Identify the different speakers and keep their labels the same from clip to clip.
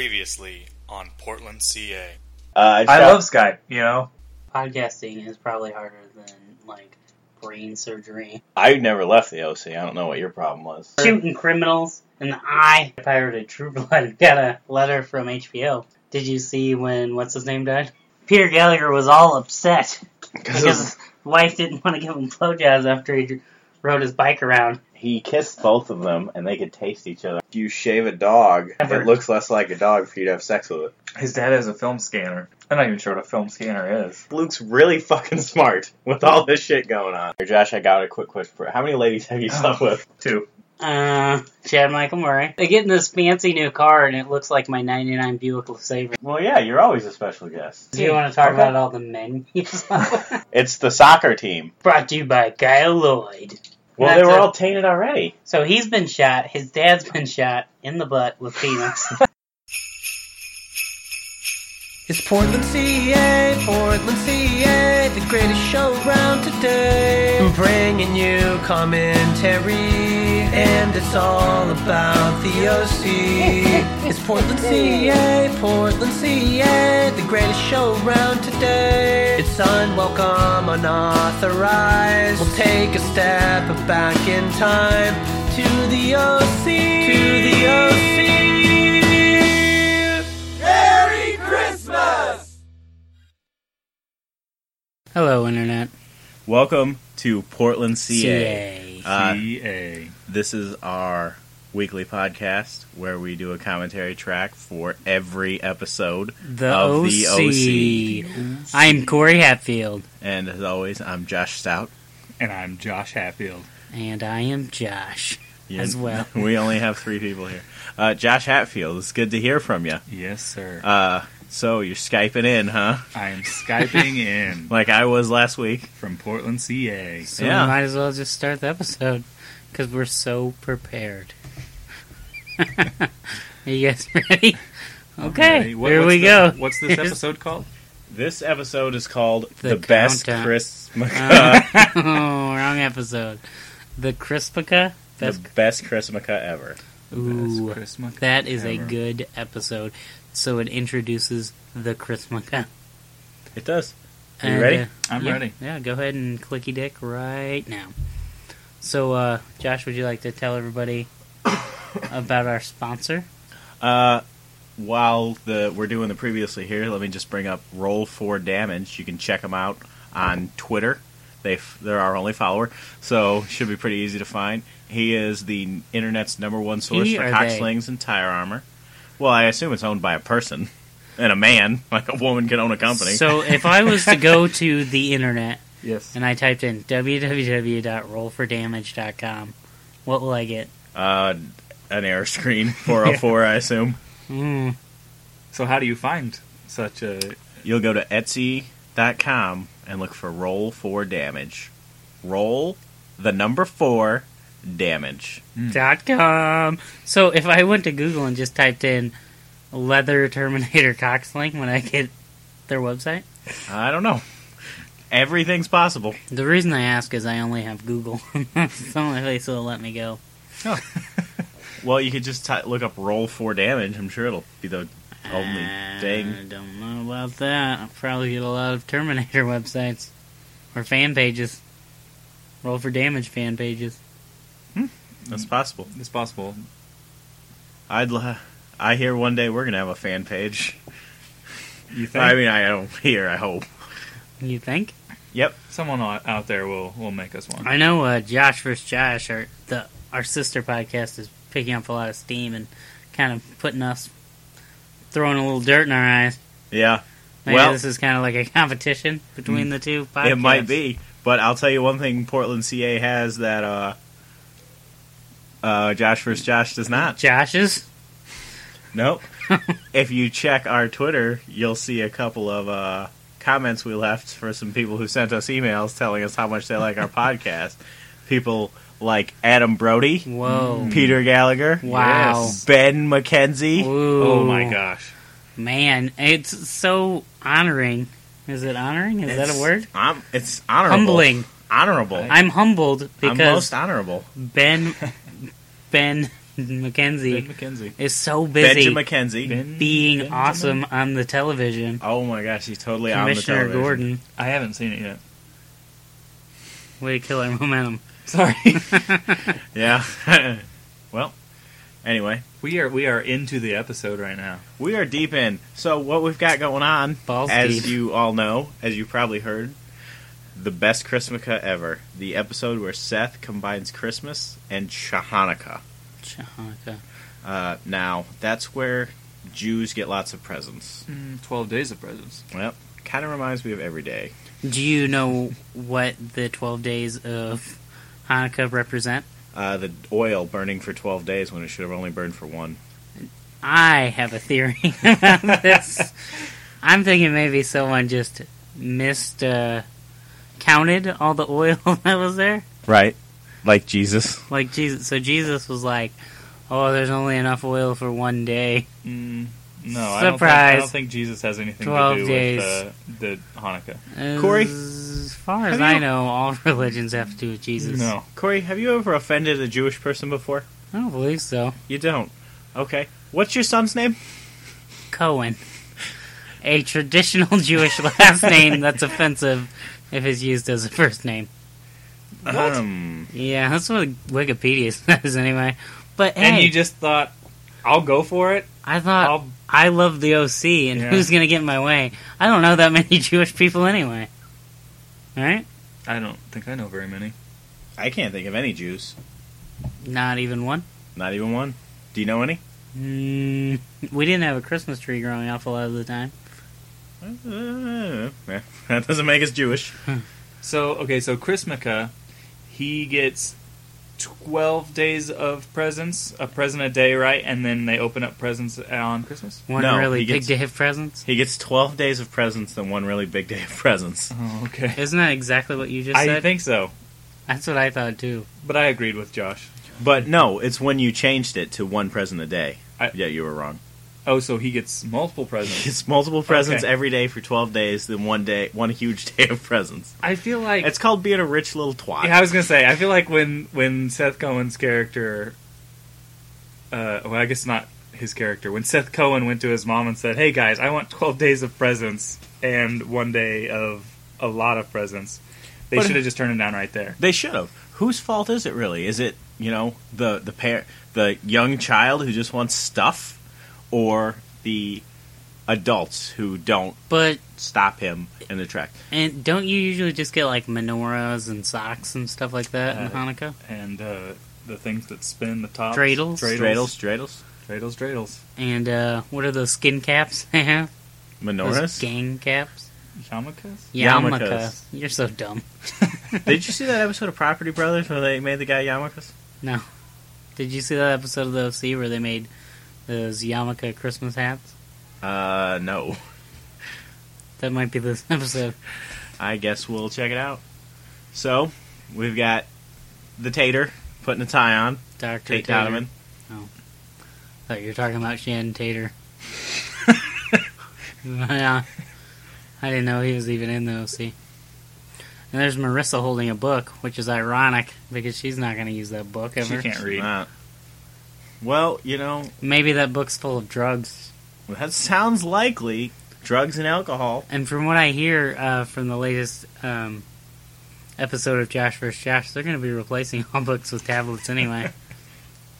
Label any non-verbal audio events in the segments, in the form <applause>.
Speaker 1: Previously on Portland, CA.
Speaker 2: Uh,
Speaker 3: I
Speaker 2: shout-
Speaker 3: love Skype, you know?
Speaker 4: Podcasting is probably harder than like brain surgery.
Speaker 2: I never left the OC. I don't know what your problem was.
Speaker 4: Shooting criminals in the eye. I pirated True Blood. <laughs> Got a letter from HBO. Did you see when what's his name died? Peter Gallagher was all upset because his wife didn't want to give him blowjobs after he dr- rode his bike around.
Speaker 2: he kissed both of them, and they could taste each other. If you shave a dog,
Speaker 4: Ever.
Speaker 2: it looks less like a dog for you to have sex with it.
Speaker 3: His dad has a film scanner. I'm not even sure what a film scanner is.
Speaker 2: Luke's really fucking smart <laughs> with all this shit going on. Josh, I got a quick question for How many ladies have you slept with?
Speaker 3: Two.
Speaker 4: Uh, Chad Michael Murray. They get in this fancy new car and it looks like my '99 Buick LeSabre.
Speaker 2: Well, yeah, you're always a special guest.
Speaker 4: Do you want to talk
Speaker 2: Hmm. Okay.
Speaker 4: about all the men <laughs> you saw?
Speaker 2: It's the soccer team.
Speaker 4: Brought to you by Kyle Lloyd.
Speaker 2: Well,
Speaker 4: Not
Speaker 2: they were
Speaker 4: to-
Speaker 2: all tainted already.
Speaker 4: So he's been shot. His dad's been shot in the butt with Phoenix.
Speaker 5: It's Portland, CA, Portland, CA, the greatest show around today. I'm bringing you commentary, and it's all about the OC. It's Portland, CA, Portland, CA, the greatest show around today. It's unwelcome, unauthorized. We'll take a step back in time to the OC. To the OC. Merry Christmas!
Speaker 4: <laughs> Hello, Internet.
Speaker 2: Welcome to Portland,
Speaker 4: CA.
Speaker 3: EA.
Speaker 2: Uh, This is our weekly podcast where we do a commentary track for every episode
Speaker 4: The
Speaker 2: of
Speaker 4: OC. I'm Corey Hatfield,
Speaker 2: And as always, I'm Josh Stout.
Speaker 3: And I'm Josh Hatfield.
Speaker 4: and I am Josh.
Speaker 2: You-
Speaker 4: As well.
Speaker 2: <laughs> we only have three people here. Uh, Josh Hatfield, it's good to hear from you.
Speaker 3: Yes, sir.
Speaker 2: Uh, so you're skyping in, huh?
Speaker 3: I am Skyping <laughs> in
Speaker 2: Like I was last week.
Speaker 3: from Portland, CA.
Speaker 4: So
Speaker 2: Yeah.
Speaker 4: we might as well just start the episode because we're so prepared. <laughs> Are you guys ready? Okay,
Speaker 3: Alright, what-
Speaker 4: here
Speaker 3: what's
Speaker 4: we
Speaker 3: the-
Speaker 4: go.
Speaker 3: What's this episode called?
Speaker 2: This episode is called "The,
Speaker 4: The
Speaker 2: Best
Speaker 4: Countdown.
Speaker 2: Christmas."
Speaker 4: Uh,
Speaker 2: <laughs>
Speaker 4: oh, <laughs> wrong episode. The Crispica. Best.
Speaker 2: the best Christmas ever.
Speaker 4: Ooh,
Speaker 3: Christmas.
Speaker 4: that is a
Speaker 3: ever.
Speaker 4: good episode. So it introduces the Crispica.
Speaker 2: It does. Are you
Speaker 4: And,
Speaker 2: ready?
Speaker 4: uh,
Speaker 3: I'm
Speaker 4: yeah,
Speaker 3: ready.
Speaker 4: Yeah, go ahead and clicky dick right now. So, uh, Josh, would you like to tell
Speaker 3: <coughs>
Speaker 4: everybody about our sponsor?
Speaker 2: Uh, while the we're doing the previously here, let me just bring up Roll for Damage. You can check them out on Twitter. They f- they're our only follower, so should be pretty easy to find. He is the internet's number one source
Speaker 4: He
Speaker 2: for
Speaker 4: or
Speaker 2: cockslings and tire armor. Well, I assume it's owned by a person and a man. <laughs> Like a woman can own a company.
Speaker 4: So, if I was to go to the internet
Speaker 3: Yes.
Speaker 4: and I typed in www.rollfordamage.com, what will I get?
Speaker 2: uh, an error
Speaker 4: <laughs>
Speaker 2: screen four hundred four. I assume
Speaker 4: Mm,
Speaker 3: So how do you find such a?
Speaker 2: you'll go to Etsy.com and look for Roll for Damage. Roll the number four damage.
Speaker 4: dot com. So, if I went to Google and just typed in leather Terminator cocksling, would I get their website?
Speaker 2: I don't know. Everything's possible.
Speaker 4: The reason I ask is I only have Google. <laughs> it's the only place that'll let me go.
Speaker 2: Well, you could just ty look up roll four damage. I'm sure it'll be the only
Speaker 4: I
Speaker 2: thing.
Speaker 4: don't know about that. I'll probably get a lot of Terminator <laughs> websites or fan pages. Roll for damage fan pages.
Speaker 2: That's possible.
Speaker 3: It's possible.
Speaker 2: I'd. L- I hear one day we're gonna have a fan page.
Speaker 3: You think
Speaker 2: I mean, I don't hear. I hope.
Speaker 4: You think?
Speaker 2: Yep.
Speaker 3: someone out out there will will make us one?
Speaker 4: I know uh, Josh vs. Josh, our the our sister podcast, is picking up a lot of steam and kind of putting us throwing a little dirt in our eyes.
Speaker 2: Yeah.
Speaker 4: Maybe
Speaker 2: Well- Mm.
Speaker 4: this is kind of like a competition between the two. podcasts.
Speaker 2: It might be, but I'll tell you one thing: Portland, CA has that. uh uh, Josh vs. Josh does not.
Speaker 4: Josh's.
Speaker 2: Nope. <laughs> if you check our Twitter, you'll see a couple of uh, comments we left for some people who sent us emails telling us how much they like
Speaker 4: <laughs>
Speaker 2: our podcast. People like Adam Brody,
Speaker 4: Whoa.
Speaker 2: Peter Gallagher,
Speaker 4: Wow.
Speaker 2: Ben McKenzie.
Speaker 3: Oh
Speaker 4: Ooh.
Speaker 3: my gosh.
Speaker 4: Man, it's so honoring. Is it honoring? Is that
Speaker 2: It's-
Speaker 4: a word?
Speaker 2: I'm, it's honorable.
Speaker 4: Humbling.
Speaker 2: Honorable.
Speaker 4: I'm humbled
Speaker 2: I'm <laughs>
Speaker 4: because
Speaker 2: most honorable.
Speaker 4: Ben Ben Mackenzie
Speaker 2: Ben McKenzie.
Speaker 4: is so busy
Speaker 2: Benjamin McKenzie.
Speaker 1: Ben-
Speaker 4: being
Speaker 1: Benjamin?
Speaker 4: awesome on the television.
Speaker 2: oh my gosh, he's totally on the
Speaker 4: Commissioner
Speaker 2: television.
Speaker 4: Gordon,
Speaker 1: I haven't seen it
Speaker 4: <laughs>
Speaker 1: yet.
Speaker 4: way to kill our momentum.
Speaker 1: Sorry.
Speaker 2: Yeah. <laughs> well, anyway,
Speaker 1: we are we are into the episode right now.
Speaker 2: we are deep in. So what we've got going on,
Speaker 4: Balls
Speaker 2: as
Speaker 4: deep.
Speaker 2: you all know, as you probably heard, the best Christmaka ever. The episode where Seth combines Christmas and Hanukkah.
Speaker 4: Chanukah.
Speaker 2: Uh, now that's where Jews get lots of presents.
Speaker 1: Twelve days of presents.
Speaker 2: Well, kind of reminds me of every day.
Speaker 4: Do you know what the 12 days of Hanukkah represent?
Speaker 2: Uh, the oil burning for twelve days when it should have only burned for one.
Speaker 4: I have a theory <laughs> about this. I'm thinking maybe someone just missed uh, counted all the oil <laughs> that was there.
Speaker 2: Right. Like Jesus.
Speaker 4: Like Jesus, so Jesus was like, "Oh, there's only enough oil for one day."
Speaker 1: Mm, no, I don't, think, I
Speaker 4: Surprise.
Speaker 1: don't think Jesus has anything to
Speaker 4: 12
Speaker 1: do
Speaker 4: days.
Speaker 1: with the, the Hanukkah.
Speaker 2: Corey?
Speaker 4: as far as
Speaker 2: Have
Speaker 4: I
Speaker 2: you-
Speaker 4: know, all <laughs> religions have to do with Jesus.
Speaker 1: No,
Speaker 2: Oh. Corey, have you ever offended a Jewish person before?
Speaker 4: I don't believe so.
Speaker 2: You don't. Okay. What's your son's name?
Speaker 4: Cohen, a traditional <laughs> Jewish last name that's offensive if it's used as a first name.
Speaker 2: Um,
Speaker 4: Yeah, that's what Wikipedia <laughs> says anyway. But hey,
Speaker 1: and you just thought, I'll go for it.
Speaker 4: I thought
Speaker 1: I'll
Speaker 4: I love the OC, and
Speaker 1: Yeah.
Speaker 4: who's gonna get in my way? I don't know that <laughs> many Jewish people anyway. Right?
Speaker 1: I don't think I know very many.
Speaker 2: I can't think of any Jews.
Speaker 4: Not even one.
Speaker 2: Not even one. Do you know any?
Speaker 4: Mm, we didn't have a Christmas tree growing up a lot of the time.
Speaker 2: Uh, yeah, that doesn't make us Jewish.
Speaker 1: So okay, so Chrismica, he gets twelve days of presents, a present a day, right? And then they open up presents on Christmas.
Speaker 4: One
Speaker 2: No,
Speaker 4: really
Speaker 2: he
Speaker 4: big
Speaker 2: gets-
Speaker 4: day of presents.
Speaker 2: He gets 12 days of presents than one really big day of presents.
Speaker 1: Oh, okay.
Speaker 4: Isn't that exactly what you just
Speaker 1: I
Speaker 4: said?
Speaker 1: think so,
Speaker 4: That's what I thought too.
Speaker 1: but I agreed with Josh.
Speaker 2: But no, it's when you changed it to one present a day.
Speaker 1: I-
Speaker 2: yeah, you were wrong.
Speaker 1: Oh, so he gets multiple
Speaker 2: He
Speaker 1: presents.
Speaker 2: gets multiple presents
Speaker 1: Okay.
Speaker 2: every day for 12 days, then one day, one huge <laughs> day of presents.
Speaker 1: <laughs> I feel like
Speaker 2: It's called being a rich little twat.
Speaker 1: Yeah, I was gonna say. I feel like when when Seth Cohen's character, uh, well, I guess not his character. When Seth Cohen went to his mom and said, "Hey guys, I want twelve days of presents and one day of a lot of presents," they
Speaker 2: But-
Speaker 1: should have just turned him down right there.
Speaker 2: They should have. Whose fault is it really? Is it you know the the par- the young child who just wants stuff, or the adults who don't
Speaker 4: But
Speaker 2: stop him in the track?
Speaker 4: and don't you usually just get like menorahs and socks and stuff like that in
Speaker 1: Uh,
Speaker 4: Hanukkah?
Speaker 1: And uh, the things that spin the top
Speaker 4: Dreidels?
Speaker 1: dreidels,
Speaker 2: Dreidels, dreidels,
Speaker 1: dreidels, dreidels.
Speaker 4: And uh, what are those skin caps they have? Those
Speaker 2: menorahs.
Speaker 4: gang caps.
Speaker 1: yarmulkes.
Speaker 2: Yarmulkes.
Speaker 4: Yarmulke. You're so dumb.
Speaker 2: <laughs> Did you see that episode of Property Brothers where they made the guy yarmulkes?
Speaker 4: No. Did you see that episode of the OC where they made those yarmulke Christmas hats?
Speaker 2: Uh, no.
Speaker 4: That might be this <laughs> episode.
Speaker 2: <laughs> I guess we'll check it out. So we've got the tater putting a tie on
Speaker 4: Doctor
Speaker 2: Tate Donovan.
Speaker 4: Thought you were talking about
Speaker 1: <laughs>
Speaker 4: Shannon Tater. yeah. I didn't know he was even in the OC. And there's Marissa holding a book, which is ironic because she's not going to use that book ever.
Speaker 1: She can't read.
Speaker 2: Uh, well, you know
Speaker 4: Maybe that book's full of drugs.
Speaker 2: that sounds likely. Drugs and alcohol.
Speaker 4: And from what I hear uh, from the latest um, episode of Josh vs. Josh, they're going to be replacing all books with tablets
Speaker 1: <laughs>
Speaker 4: anyway.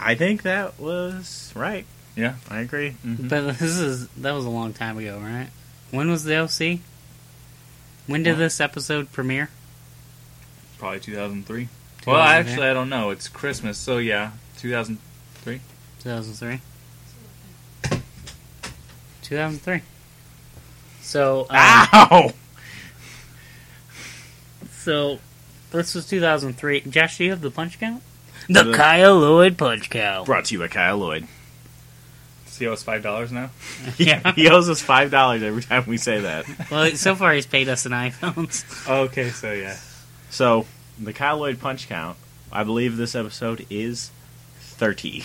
Speaker 2: I think that was right.
Speaker 1: Yeah.
Speaker 2: I agree.
Speaker 4: But this is that was a long time ago, right? When was the OC? When did
Speaker 1: What?
Speaker 4: this episode premiere?
Speaker 1: Probably 2003. Well,
Speaker 4: 2003.
Speaker 1: actually, I don't know. It's Christmas, so yeah, 2000.
Speaker 4: 2003. 2003. So, um,
Speaker 2: Ow!
Speaker 4: so this was 2003. Josh, do you have the punch count? The,
Speaker 2: The-
Speaker 4: Kyle Lloyd punch count.
Speaker 2: Brought to you by Kyle Lloyd.
Speaker 1: See, how it's five dollars now.
Speaker 4: <laughs> Yeah.
Speaker 2: He owes us five dollars every time we say that.
Speaker 4: well, so far he's paid us in iPhones.
Speaker 1: Oh, Okay, so yeah,
Speaker 2: So the Kyle Lloyd punch count. I believe this episode is thirty,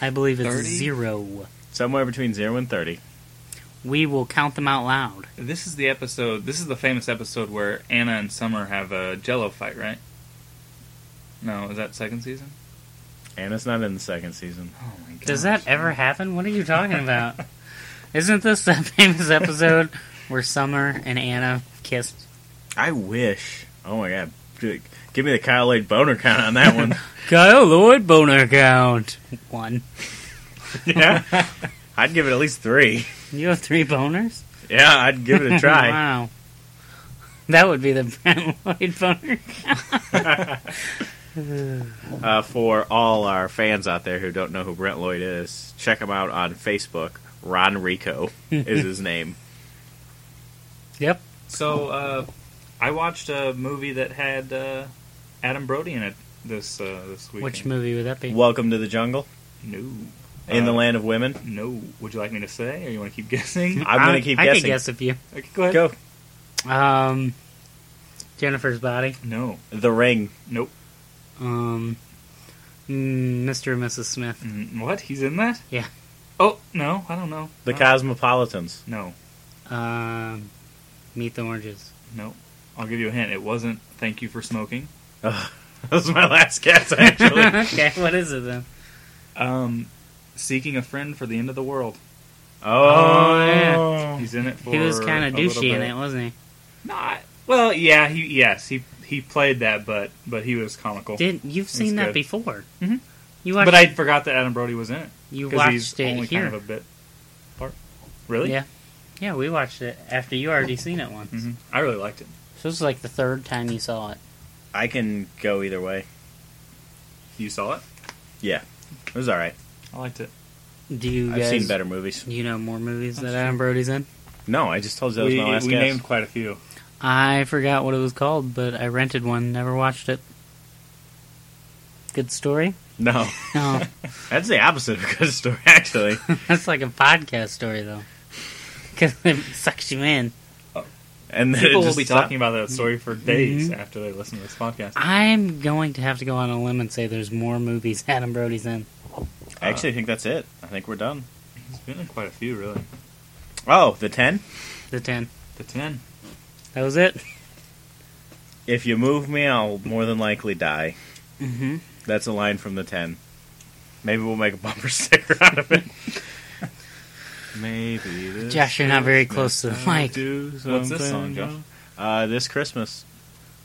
Speaker 4: I believe it's
Speaker 1: 30?
Speaker 4: zero.
Speaker 2: somewhere between zero and thirty.
Speaker 4: We will count them out loud.
Speaker 1: This is the episode. This is the famous episode where Anna and Summer have a Jello fight, right? No, is that second season?
Speaker 2: and it's not in the second season.
Speaker 1: Oh my god.
Speaker 4: Does that ever happen? What are you talking about? <laughs> Isn't this that <laughs> famous episode where Summer and Anna kissed?
Speaker 2: I wish. Oh my god, Dude, give me the Kyle Lade boner count on that one.
Speaker 4: Kyle Lloyd boner count. One.
Speaker 2: <laughs> yeah, <laughs> I'd give it at least three.
Speaker 4: You have three boners?
Speaker 2: Yeah, I'd give it a
Speaker 1: <laughs>
Speaker 2: try.
Speaker 4: wow. That would be the <laughs> Brent Lloyd boner count.
Speaker 2: uh, for all our fans out there who don't know who Brent Lloyd is, check him out on Facebook. Ron Rico is his name.
Speaker 4: yep.
Speaker 1: So uh, I watched a movie that had uh, Adam Brody in it this uh, this weekend.
Speaker 4: Which movie would that
Speaker 2: <laughs>
Speaker 4: be?
Speaker 2: Welcome to the jungle
Speaker 1: No.
Speaker 2: in the
Speaker 1: Uh,
Speaker 2: land of women.
Speaker 1: No. Would you like me to say, or you want to keep <laughs> guessing?
Speaker 2: I'm gonna
Speaker 4: I-
Speaker 2: keep
Speaker 4: I
Speaker 2: guessing.
Speaker 4: could guess a few.
Speaker 1: Okay, go ahead.
Speaker 2: Go
Speaker 4: Um, Jennifer's Body.
Speaker 1: No.
Speaker 2: the ring.
Speaker 1: Nope.
Speaker 4: Um, mm, Mr. and Mrs. Smith.
Speaker 1: Mm, what? He's in that?
Speaker 4: Yeah.
Speaker 1: Oh no, I don't know.
Speaker 2: The
Speaker 1: no.
Speaker 2: Cosmopolitans.
Speaker 1: No.
Speaker 4: Um, Meet the Oranges.
Speaker 1: No. I'll give you a hint. It wasn't. Thank you for smoking.
Speaker 2: Ugh, <laughs> that was my last guess,
Speaker 1: <laughs>
Speaker 2: actually.
Speaker 4: <laughs> okay, what is it then?
Speaker 1: Um, seeking a friend for the end of the world.
Speaker 2: oh,
Speaker 4: Oh, yeah.
Speaker 1: He's in it for.
Speaker 4: He was kind
Speaker 1: a
Speaker 4: of
Speaker 1: little
Speaker 4: douchey in
Speaker 1: bit.
Speaker 4: it, wasn't
Speaker 1: Not. Well, yeah. He yes. He he played that, but but he was comical.
Speaker 4: he? Didn't you've seen that
Speaker 1: Oh, good.
Speaker 4: before?
Speaker 1: Mhm.
Speaker 4: You watched.
Speaker 1: But I forgot that Adam Brody was in it.
Speaker 4: you
Speaker 1: Because
Speaker 4: watched
Speaker 1: he's
Speaker 4: it
Speaker 1: only
Speaker 4: here.
Speaker 1: kind of a bit part. Really?
Speaker 4: Yeah, yeah, we watched it after you already seen it once.
Speaker 1: hmm I really liked it.
Speaker 4: So this is like the third time you saw it.
Speaker 2: I can go either way.
Speaker 1: You saw it?
Speaker 2: It was all right.
Speaker 1: I liked it.
Speaker 4: Do you
Speaker 2: I've
Speaker 4: guys?
Speaker 2: seen better movies.
Speaker 4: You know more movies
Speaker 1: That's
Speaker 4: that Adam Brody's in.
Speaker 2: No, I just told you that was
Speaker 1: We,
Speaker 2: my last
Speaker 1: we
Speaker 2: guess.
Speaker 1: named quite a few.
Speaker 4: I forgot what it was called, but I rented one. Never watched it. Good story.
Speaker 2: No, <laughs>
Speaker 4: No,
Speaker 2: that's the opposite of a good story, <laughs> actually.
Speaker 4: that's like a podcast story though, <laughs> because it sucks you in.
Speaker 2: And then it
Speaker 1: <laughs> People will
Speaker 2: just
Speaker 1: be
Speaker 2: stopped.
Speaker 1: talking about that story for days
Speaker 4: Mhm.
Speaker 1: after they listen to this podcast.
Speaker 4: I'm going to have to go on a limb and say there's more movies <laughs> Adam Brody's in.
Speaker 2: I actually think that's it. I think we're done.
Speaker 1: There's been in quite a few, really.
Speaker 2: Oh, the ten.
Speaker 4: The ten.
Speaker 1: The ten.
Speaker 4: That was it.
Speaker 2: If you move me, I'll more than likely die.
Speaker 4: Mm-hmm.
Speaker 2: That's a line from the ten. Maybe we'll make a bumper <laughs> sticker out of it. Maybe. This
Speaker 4: Josh, you're not very close to the
Speaker 2: I'll
Speaker 4: mic.
Speaker 2: do
Speaker 1: What's this
Speaker 2: something
Speaker 1: song, Josh?
Speaker 2: wrong. Uh, this Christmas,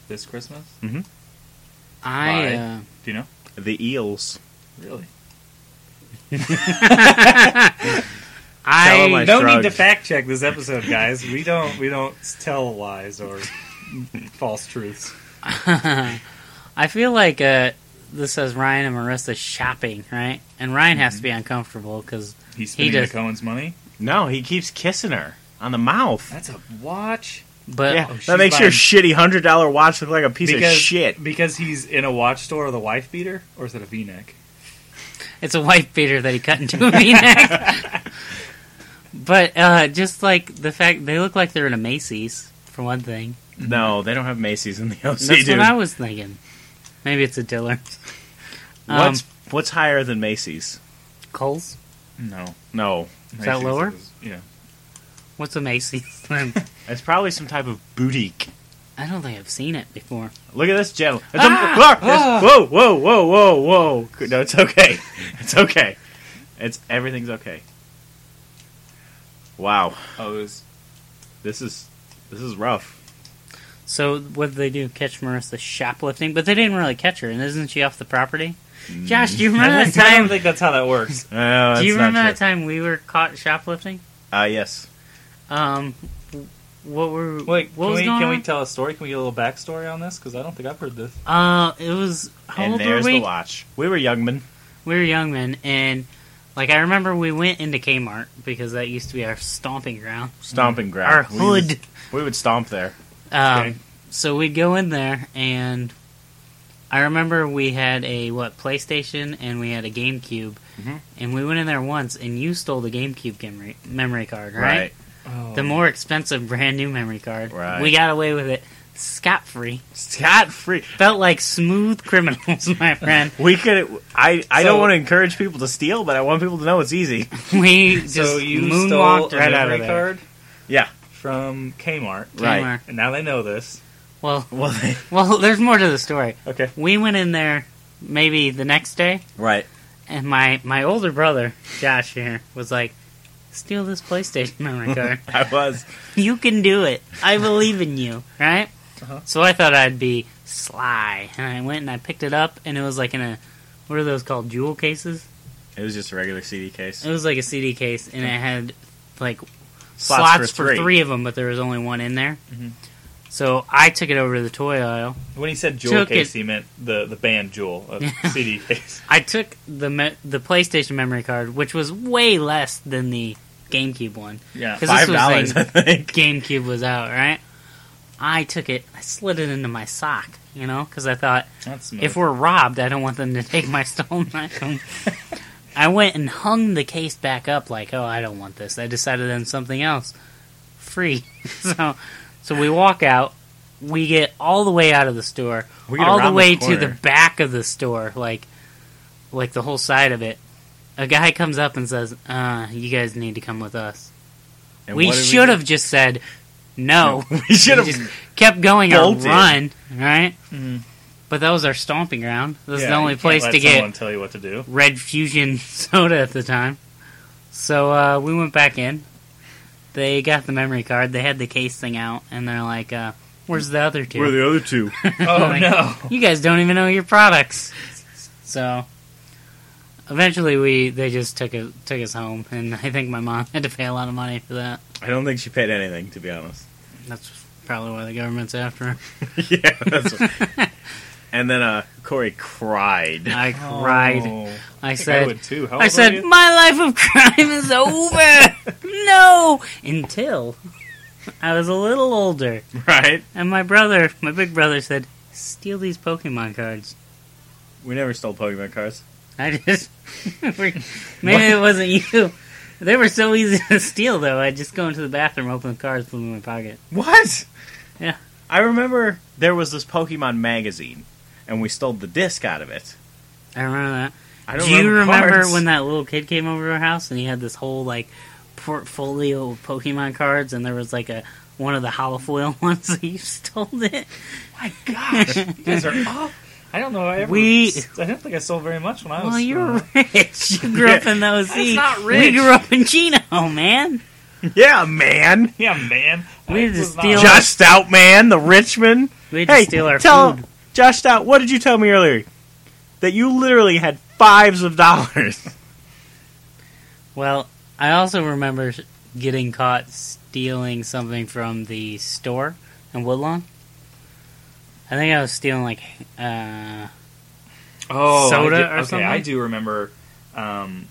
Speaker 1: This Christmas?
Speaker 4: I.
Speaker 2: Bye.
Speaker 4: Uh,
Speaker 1: Do you know?
Speaker 2: the Eels.
Speaker 1: Really?
Speaker 2: Tell 'em I
Speaker 4: I.
Speaker 1: no
Speaker 2: shrugged.
Speaker 1: need to fact check this episode, guys.
Speaker 4: <laughs>
Speaker 1: We don't we don't tell lies or false truths.
Speaker 4: I feel like uh, this says Ryan and Marissa shopping, right? And Ryan has to be uncomfortable because
Speaker 1: He's
Speaker 4: He
Speaker 1: spending the
Speaker 4: does-
Speaker 1: Cohen's money.
Speaker 2: No, he keeps kissing her on the mouth.
Speaker 1: That's a watch.
Speaker 4: But
Speaker 2: yeah,
Speaker 1: oh, she's
Speaker 2: that makes your shitty
Speaker 1: buying-
Speaker 2: hundred dollar watch look like a piece of shit.
Speaker 1: Because he's in a watch store with a wife beater, or is it a V neck?
Speaker 4: it's a white beater that he cut into a V-neck. but uh, just like the fact they look like they're in a Macy's for one thing.
Speaker 2: No, they don't have Macy's in the OC,
Speaker 4: That's
Speaker 2: dude.
Speaker 4: what I was thinking. Maybe it's a Diller. Um,
Speaker 2: what's what's higher than Macy's?
Speaker 4: Coles?
Speaker 1: No.
Speaker 2: No,
Speaker 1: Is
Speaker 4: that lower?
Speaker 1: yeah.
Speaker 4: What's a Macy's? <laughs>
Speaker 2: it's probably some type of boutique.
Speaker 4: I don't think I've seen it before.
Speaker 2: Look at this gentleman. It's a-
Speaker 4: Ah!
Speaker 2: look, it's- Whoa, whoa, whoa, whoa, whoa. No, it's okay. <laughs> It's okay. It's everything's okay. Wow,
Speaker 1: Oh, it was
Speaker 2: this is this is rough.
Speaker 4: So what did they do? Catch Marissa shoplifting? But they didn't really catch her, and isn't she off the property? Josh, do you remember that
Speaker 1: I don't
Speaker 4: time?
Speaker 1: think that's how that works.
Speaker 2: Oh, that's
Speaker 4: Do you
Speaker 2: not
Speaker 4: remember that
Speaker 2: true.
Speaker 4: time we were caught shoplifting?
Speaker 2: Uh, yes.
Speaker 4: Um, w- what were
Speaker 1: Wait,
Speaker 4: what
Speaker 1: can,
Speaker 4: was
Speaker 1: we,
Speaker 4: going
Speaker 1: can we
Speaker 4: on?
Speaker 1: tell a story? Can we get a little backstory on this? Because I don't think I've heard this.
Speaker 4: uh, it was how
Speaker 2: and
Speaker 4: old were
Speaker 2: there's the
Speaker 4: we?
Speaker 2: watch. We were young men.
Speaker 4: we were young men, and like I remember, we went into Kmart because that used to be our stomping ground,
Speaker 2: Stomping ground.
Speaker 4: our
Speaker 2: We
Speaker 4: hood.
Speaker 2: would- we would stomp there.
Speaker 4: Um,
Speaker 1: Okay.
Speaker 4: So we'd go in there, and I remember we had a what PlayStation and we had a GameCube,
Speaker 2: Mhm.
Speaker 4: and we went in there once, and you stole the GameCube memory memory card, right? The more expensive brand new memory card.
Speaker 2: Right.
Speaker 4: We got away with it scot free.
Speaker 2: Scot free.
Speaker 4: Felt like smooth criminals, <laughs> my friend.
Speaker 2: We could. I. I
Speaker 1: So-
Speaker 2: don't want to encourage people to steal, but I want people to know it's easy. <laughs>
Speaker 4: <laughs> We just
Speaker 1: so you
Speaker 4: moonwalked
Speaker 1: stole a
Speaker 4: right out
Speaker 1: memory
Speaker 4: of there.
Speaker 1: card
Speaker 2: Yeah.
Speaker 1: from Kmart,
Speaker 2: Right.
Speaker 4: Kmart.
Speaker 1: and now they know this.
Speaker 4: Well, <laughs>
Speaker 2: Well, they,
Speaker 4: well, there's more to the story.
Speaker 1: Okay.
Speaker 4: We went in there maybe the next day,
Speaker 2: Right.
Speaker 4: and my my older brother Josh here was like, "Steal this PlayStation <laughs>
Speaker 1: <laughs>
Speaker 4: memory card.
Speaker 2: I was.
Speaker 4: you can do it. I believe in you." Right.
Speaker 2: Uh-huh.
Speaker 4: So I thought I'd be sly, and I went and I picked it up, and it was like in a what are those called jewel cases?
Speaker 2: It was just a regular CD case.
Speaker 4: It was like a CD case, and it had like
Speaker 2: Slots
Speaker 4: slots,
Speaker 2: for
Speaker 4: for,
Speaker 2: three. Mm-hmm.
Speaker 4: three. of them, but there was only one in there.
Speaker 1: Mhm.
Speaker 4: So I took it over to the toy aisle.
Speaker 1: When he said jewel
Speaker 4: Took
Speaker 1: case,
Speaker 4: it.
Speaker 1: he meant the, the band jewel, a <laughs> CD
Speaker 4: <laughs>
Speaker 1: case.
Speaker 4: I took the me- the PlayStation memory card, which was way less than the GameCube one.
Speaker 1: Yeah.
Speaker 4: 'Cause
Speaker 2: Five
Speaker 4: this was
Speaker 2: dollars, I
Speaker 4: like-
Speaker 2: think.
Speaker 4: GameCube was out, right? I took it. I slid it into my sock, you know, because I thought
Speaker 1: That's
Speaker 4: if we're robbed, I don't want them to take my <laughs> stolen item.
Speaker 2: <laughs>
Speaker 4: I went and hung the case back up, like, oh, I don't want this. I decided on something else. Free. <laughs> so, so we walk out. We get all the way out of the store,
Speaker 2: We get
Speaker 4: all
Speaker 2: around
Speaker 4: the
Speaker 2: this
Speaker 4: way to the
Speaker 2: corner.
Speaker 4: back of the store, like, like the whole side of it. A guy comes up and says, uh, "You guys need to come with us."
Speaker 2: And
Speaker 4: we
Speaker 2: what did do? <laughs>
Speaker 4: should have just said no.
Speaker 2: We should <laughs> have.
Speaker 4: We just kept going on
Speaker 2: bolted.
Speaker 4: run, right?
Speaker 1: Mhm.
Speaker 4: But that was our stomping ground. This is
Speaker 1: Yeah,
Speaker 4: the only
Speaker 1: you can't
Speaker 4: place
Speaker 1: let
Speaker 4: to get
Speaker 1: someone tell you what to do.
Speaker 4: Red Fusion <laughs> soda at the time. So uh, we went back in. They got the memory card. They had the case thing out, and they're like, uh, "Where's the other two? <laughs>
Speaker 2: the other two?
Speaker 1: <laughs> Oh
Speaker 4: Like,
Speaker 1: no!
Speaker 4: You guys don't even know your products." So eventually, we they just took it, took us home, and <laughs> I think my mom had to pay a lot of money for that.
Speaker 2: I don't think she paid anything, to be honest. <laughs>
Speaker 4: That's probably why the government's after her.
Speaker 2: yeah. That's
Speaker 4: <laughs>
Speaker 2: what- and then uh, Corey cried.
Speaker 4: I cried.
Speaker 1: Oh.
Speaker 4: I,
Speaker 1: I, think I
Speaker 4: said,
Speaker 1: would too. How
Speaker 4: I
Speaker 2: Oh,
Speaker 1: old are
Speaker 4: said,
Speaker 1: you?
Speaker 4: my life of crime
Speaker 2: <laughs>
Speaker 4: is over. no, until I was a little older,
Speaker 2: <laughs> Right?
Speaker 4: and my brother, my big brother, said, steal these Pokemon cards.
Speaker 2: We never stole Pokemon cards.
Speaker 4: I just <laughs> maybe it wasn't you. They were so easy to steal, though. I'd just go into the bathroom, open the cards, put them in my pocket.
Speaker 2: What?
Speaker 4: Yeah.
Speaker 2: I remember there was this Pokemon magazine, and we stole the disc out of it.
Speaker 4: I remember that.
Speaker 2: I don't
Speaker 4: Do you remember
Speaker 2: cards.
Speaker 4: when that little kid came over to our house and he had this whole like portfolio of Pokemon cards and there was like a one of the holofoil <laughs> ones that you stole it?
Speaker 1: "My gosh, you guys are off." I don't know. I ever.
Speaker 4: We-
Speaker 1: I don't think I sold very much when I was.
Speaker 4: Well, you're
Speaker 1: growing up.
Speaker 4: <laughs> rich. You grew up in those.
Speaker 1: That's not
Speaker 4: We
Speaker 1: rich.
Speaker 4: grew up in Chino, man.
Speaker 2: <laughs> Yeah, man.
Speaker 1: <laughs> Yeah, man.
Speaker 4: We had to
Speaker 1: was not-
Speaker 4: steal-
Speaker 2: Josh Stoutman, the Richmond.
Speaker 4: We had to
Speaker 2: Hey,
Speaker 4: steal our
Speaker 2: tell
Speaker 4: food.
Speaker 2: Josh Stout, what did you tell me earlier? That you literally had fives of dollars. <laughs>
Speaker 4: Well, I also remember sh- getting caught stealing something from the store in Woodlawn. I think I was stealing like uh,
Speaker 1: Oh, I
Speaker 4: soda
Speaker 1: do-
Speaker 4: or
Speaker 1: okay,
Speaker 4: something?
Speaker 1: I do remember. Um,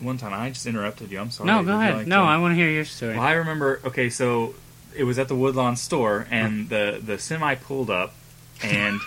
Speaker 1: one time I just interrupted you. I'm sorry.
Speaker 4: no.
Speaker 1: Would
Speaker 4: Go
Speaker 1: you
Speaker 4: ahead.
Speaker 1: like
Speaker 4: no,
Speaker 1: to-
Speaker 4: I want to hear your story.
Speaker 1: Well, I remember. Okay, so it was at the Woodlawn store, and the the semi pulled up, and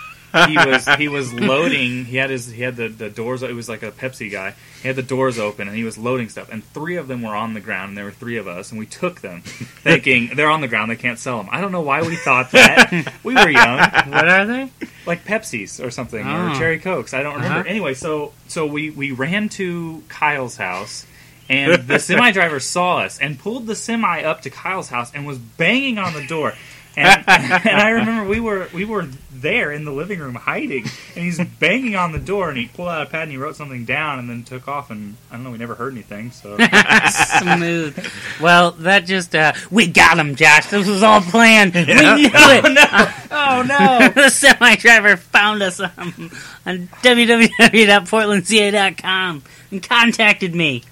Speaker 1: he was he was loading. He had his he had the the doors. It was like a Pepsi guy. He had the doors open, and he was loading stuff. And three of them were on the ground, and there were three of us, and we took them, thinking they're on the ground. They can't sell them. I don't know why we thought that. we were young
Speaker 4: What are they?
Speaker 1: like Pepsi's or something or
Speaker 4: Oh.
Speaker 1: Cherry Cokes. I don't remember.
Speaker 4: Uh-huh.
Speaker 1: Anyway, so so we we ran to Kyle's house. And
Speaker 4: <laughs>
Speaker 1: the semi driver saw us and pulled the semi up to Kyle's house and was banging on the door.
Speaker 4: <laughs>
Speaker 1: And, and I remember we were we were there in the living room hiding, and he's banging on the door. And he pulled out a pad and he wrote something down, and then took off. And I don't know, we never heard anything. So
Speaker 4: Smooth. <laughs> Well, that just uh, we got him, Josh. This was all planned. We knew
Speaker 1: oh
Speaker 4: it. Uh,
Speaker 1: no, oh no.
Speaker 4: <laughs> the semi driver found us on, on www.portlandca.com and contacted me,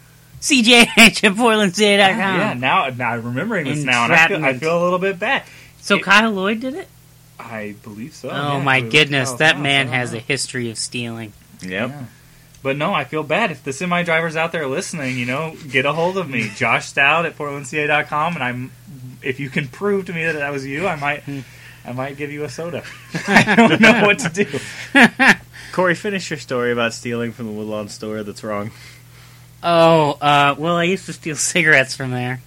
Speaker 4: CJH at portlandca.com.
Speaker 1: Yeah, now now I'm remembering this now, and I feel, I
Speaker 4: Entrapment.
Speaker 1: feel a little bit bad.
Speaker 4: So
Speaker 1: It-
Speaker 4: Kyle Lloyd did it.
Speaker 1: I believe so.
Speaker 4: Oh
Speaker 1: yeah, oh,
Speaker 4: my
Speaker 1: it was
Speaker 4: goodness,
Speaker 1: Kyle's
Speaker 4: that
Speaker 1: house,
Speaker 4: man
Speaker 1: I don't
Speaker 4: has
Speaker 1: know.
Speaker 4: a history of stealing.
Speaker 2: Yep.
Speaker 1: Yeah. But no, I feel bad if the semi drivers out there listening. You know, get a hold of me, Josh Stout at portlandca.com, and I'm if you can prove to me that that was you, I might I might give you a soda. <laughs> I don't know what to do.
Speaker 2: Corey, finish your story about stealing from the Woodlawn store that's wrong.
Speaker 4: Oh, uh, well, I used to steal <laughs> cigarettes from there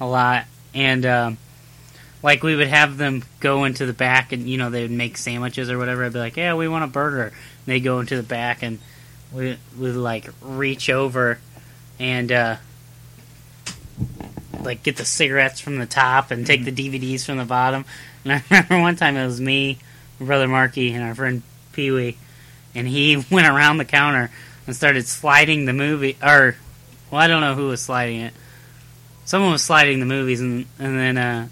Speaker 4: a lot. And, um, like, we would have them go into the back and, you know, they would make sandwiches or whatever. I'd be like, yeah, we want a burger. And they'd go into the back and we would, like, reach over and, uh, like, get the cigarettes from the top and take the DVDs from the <laughs> bottom. And I remember one time it was me, my brother Marky, and our friend Pee Wee. and he <laughs> went around the counter and started sliding the movie. Or, well, I don't know who was sliding it. Someone was sliding the movies, and and then uh,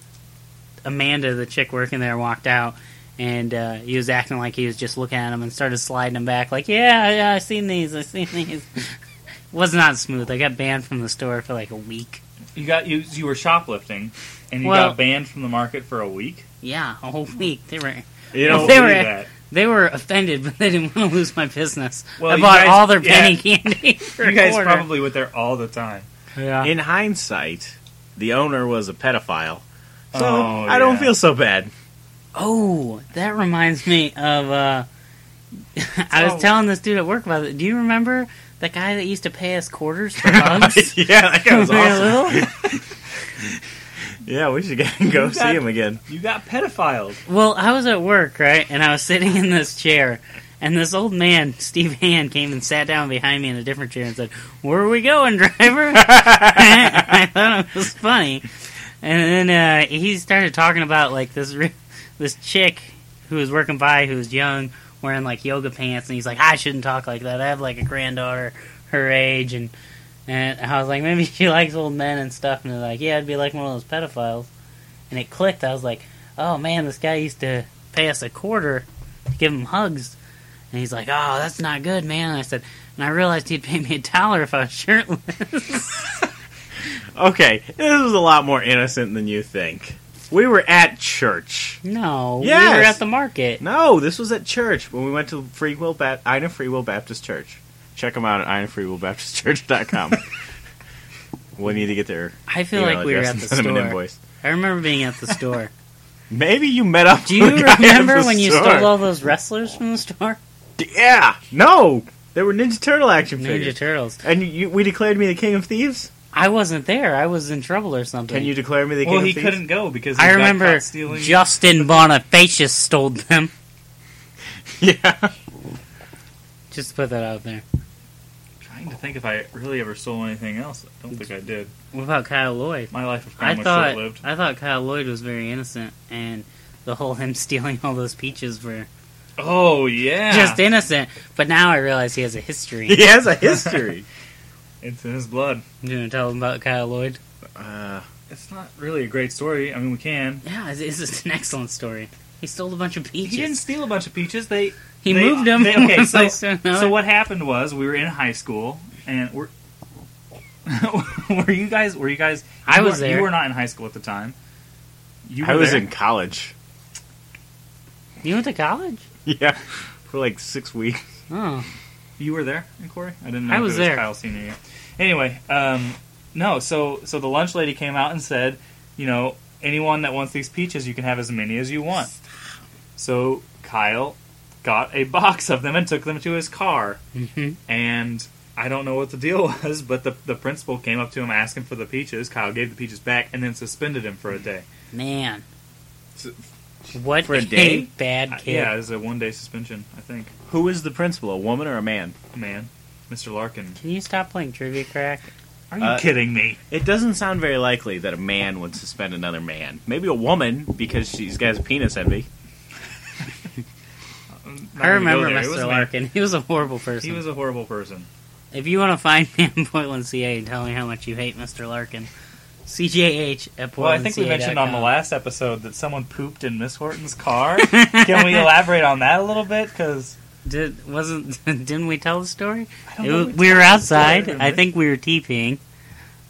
Speaker 4: Amanda, the chick working there, walked out, and uh, he was acting like he was just looking at them and started sliding them back, like, yeah, yeah, I've seen these, I've seen these. <laughs> was not smooth. I got banned from the store for like a week.
Speaker 1: You got you you were shoplifting, and you
Speaker 4: Well-
Speaker 1: got banned from the market for a week.
Speaker 4: Yeah, a whole week. They were
Speaker 1: You
Speaker 4: Well,
Speaker 1: don't
Speaker 4: they
Speaker 1: do
Speaker 4: were-
Speaker 1: that.
Speaker 4: they were offended, <laughs> but they didn't want to lose my business.
Speaker 1: Well,
Speaker 4: I
Speaker 1: you
Speaker 4: bought
Speaker 1: guys-
Speaker 4: all their
Speaker 1: <laughs> yeah.
Speaker 4: penny candy. For
Speaker 1: You
Speaker 4: a
Speaker 1: guys
Speaker 4: quarter.
Speaker 1: probably went there all the time.
Speaker 4: yeah.
Speaker 2: In hindsight, the owner was a pedophile. So
Speaker 1: Oh,
Speaker 2: I don't
Speaker 1: yeah.
Speaker 2: feel so bad.
Speaker 4: Oh, that reminds me of. uh <laughs> I
Speaker 1: Oh.
Speaker 4: was telling this dude at work about it. Do you remember that guy that used to pay us quarters for
Speaker 2: <laughs>
Speaker 4: bugs?
Speaker 2: yeah, that guy was
Speaker 4: <laughs> When we were
Speaker 2: awesome.
Speaker 4: little?
Speaker 2: Yeah, we should get, go
Speaker 1: You
Speaker 2: see
Speaker 1: got-
Speaker 2: him again.
Speaker 1: You got pedophiled.
Speaker 4: Well, I was at work, right, and I was sitting in this chair, and this old man, Steve Hand, came and sat down behind me in a different chair and said, "Where are we going, driver?" <laughs> I thought it was funny, and then uh, he started talking about like this re- this chick who was working by, who was young, wearing like yoga pants, and he's like, "I shouldn't talk like that. I have like a granddaughter her age," and and I was like, "Maybe she likes old men and stuff," and they're like, "Yeah, I'd be like one of those pedophiles," and it clicked. I was like oh man, this guy used to pay us a quarter to give him hugs. And he's like, oh, that's not good, man. And I said, and I realized he'd pay me a dollar if I was shirtless.
Speaker 2: Okay, this is a lot more innocent than you think. We were at church.
Speaker 4: no, we were
Speaker 2: Yes.
Speaker 4: at the market.
Speaker 2: No, this was at church when we went to Free Will ba- Ina Free Will Baptist Church. Check them out at
Speaker 4: <laughs>
Speaker 2: inafreewillbaptistchurch.com. we need to get their
Speaker 4: I feel like
Speaker 2: email
Speaker 4: we were
Speaker 2: address
Speaker 4: at
Speaker 2: and <laughs>
Speaker 4: the
Speaker 2: send them an
Speaker 4: store.
Speaker 2: invoice.
Speaker 4: I remember being at
Speaker 2: <laughs>
Speaker 4: the store.
Speaker 2: Maybe you met up. <laughs>
Speaker 4: Do
Speaker 2: with
Speaker 4: you
Speaker 2: the guy at
Speaker 4: remember
Speaker 2: the
Speaker 4: when you
Speaker 2: store.
Speaker 4: stole all those wrestlers from the
Speaker 2: <laughs>
Speaker 4: store?
Speaker 2: Yeah, no, they were Ninja Turtle action
Speaker 4: Ninja
Speaker 2: figures.
Speaker 4: Turtles.
Speaker 2: and you, we declared me the king of thieves.
Speaker 4: I wasn't there. I was in trouble or something.
Speaker 2: Can you declare me the king
Speaker 1: Well,
Speaker 2: of
Speaker 1: he
Speaker 2: thieves?
Speaker 1: couldn't go because he
Speaker 4: I
Speaker 1: got
Speaker 4: remember
Speaker 1: caught stealing.
Speaker 4: Justin Bonifacius stole them. <laughs>
Speaker 2: <laughs> Yeah,
Speaker 4: Just to put that out there.
Speaker 1: trying to think if I really ever stole anything else. I don't think I did.
Speaker 4: What about Kyle Lloyd?
Speaker 1: My life of
Speaker 4: I
Speaker 1: crime was
Speaker 4: thought
Speaker 1: short lived.
Speaker 4: I thought Kyle Lloyd was very innocent, and the whole him <laughs> stealing all those peaches were
Speaker 1: Oh yeah,
Speaker 4: just innocent. But now I realize he has a history.
Speaker 2: he has a history.
Speaker 1: it's in his blood.
Speaker 4: You want to tell him about Kyle Lloyd?
Speaker 2: uh,
Speaker 1: It's not really a great story. I mean, we can.
Speaker 4: Yeah, it's, it's just an excellent story. He stole a bunch of
Speaker 1: He didn't
Speaker 4: peaches.
Speaker 1: steal a bunch of peaches. They
Speaker 4: He,
Speaker 1: they-
Speaker 4: moved them.
Speaker 1: they- okay,
Speaker 4: <laughs> one
Speaker 1: so-
Speaker 4: place to another.
Speaker 1: So what happened was we were in high school and we're. <laughs> were you guys? Were you guys?
Speaker 4: I
Speaker 1: you
Speaker 4: was
Speaker 1: were-
Speaker 4: there.
Speaker 1: You were not in high school at the time. <laughs> You
Speaker 2: I was
Speaker 1: there?
Speaker 2: in college.
Speaker 4: You went to college?
Speaker 2: <laughs> Yeah, for like six weeks.
Speaker 4: Oh,
Speaker 1: You were there, Corey. I didn't know.
Speaker 4: I
Speaker 1: if
Speaker 4: was
Speaker 1: it was
Speaker 4: there.
Speaker 1: Kyle senior year. Anyway, um, no. So so the lunch lady came out and said, you know, anyone that wants these peaches, you can have as many as you want. So Kyle got a box of them and took them to his car.
Speaker 4: Mhm.
Speaker 1: And I don't know what the deal <laughs> was, but the the principal came up to him asking for the peaches. Kyle gave the peaches back and then suspended him for a day.
Speaker 4: man,
Speaker 2: So-
Speaker 4: what
Speaker 2: For a day?
Speaker 4: bad kid!
Speaker 1: Uh, Yeah, it was a one day suspension, I think.
Speaker 2: Who is the principal, a woman or a man?
Speaker 1: Man, Mr. Larkin,
Speaker 4: Can you stop playing trivia crack?
Speaker 1: are you
Speaker 2: Uh,
Speaker 1: kidding me?
Speaker 2: It doesn't sound very likely that a man would suspend another man. Maybe a woman because she's got penis envy.
Speaker 1: Not
Speaker 4: I
Speaker 1: gonna go
Speaker 4: remember
Speaker 1: there. It was
Speaker 4: Mr.
Speaker 1: a man.
Speaker 4: Larkin. He was a horrible person.
Speaker 1: He was a horrible person.
Speaker 4: If you want to find <laughs> me on Portland CA, tell me how much you hate Mr. Larkin. CJH at
Speaker 1: Well, I think we mentioned on the last episode that someone pooped in Miss Horton's car. Can we elaborate on that a little bit? Because
Speaker 4: Did, wasn't <laughs> didn't we tell the story?
Speaker 1: I
Speaker 4: It
Speaker 1: don't know.
Speaker 4: wa- we were outside.
Speaker 1: remember.
Speaker 4: I think we were TPing.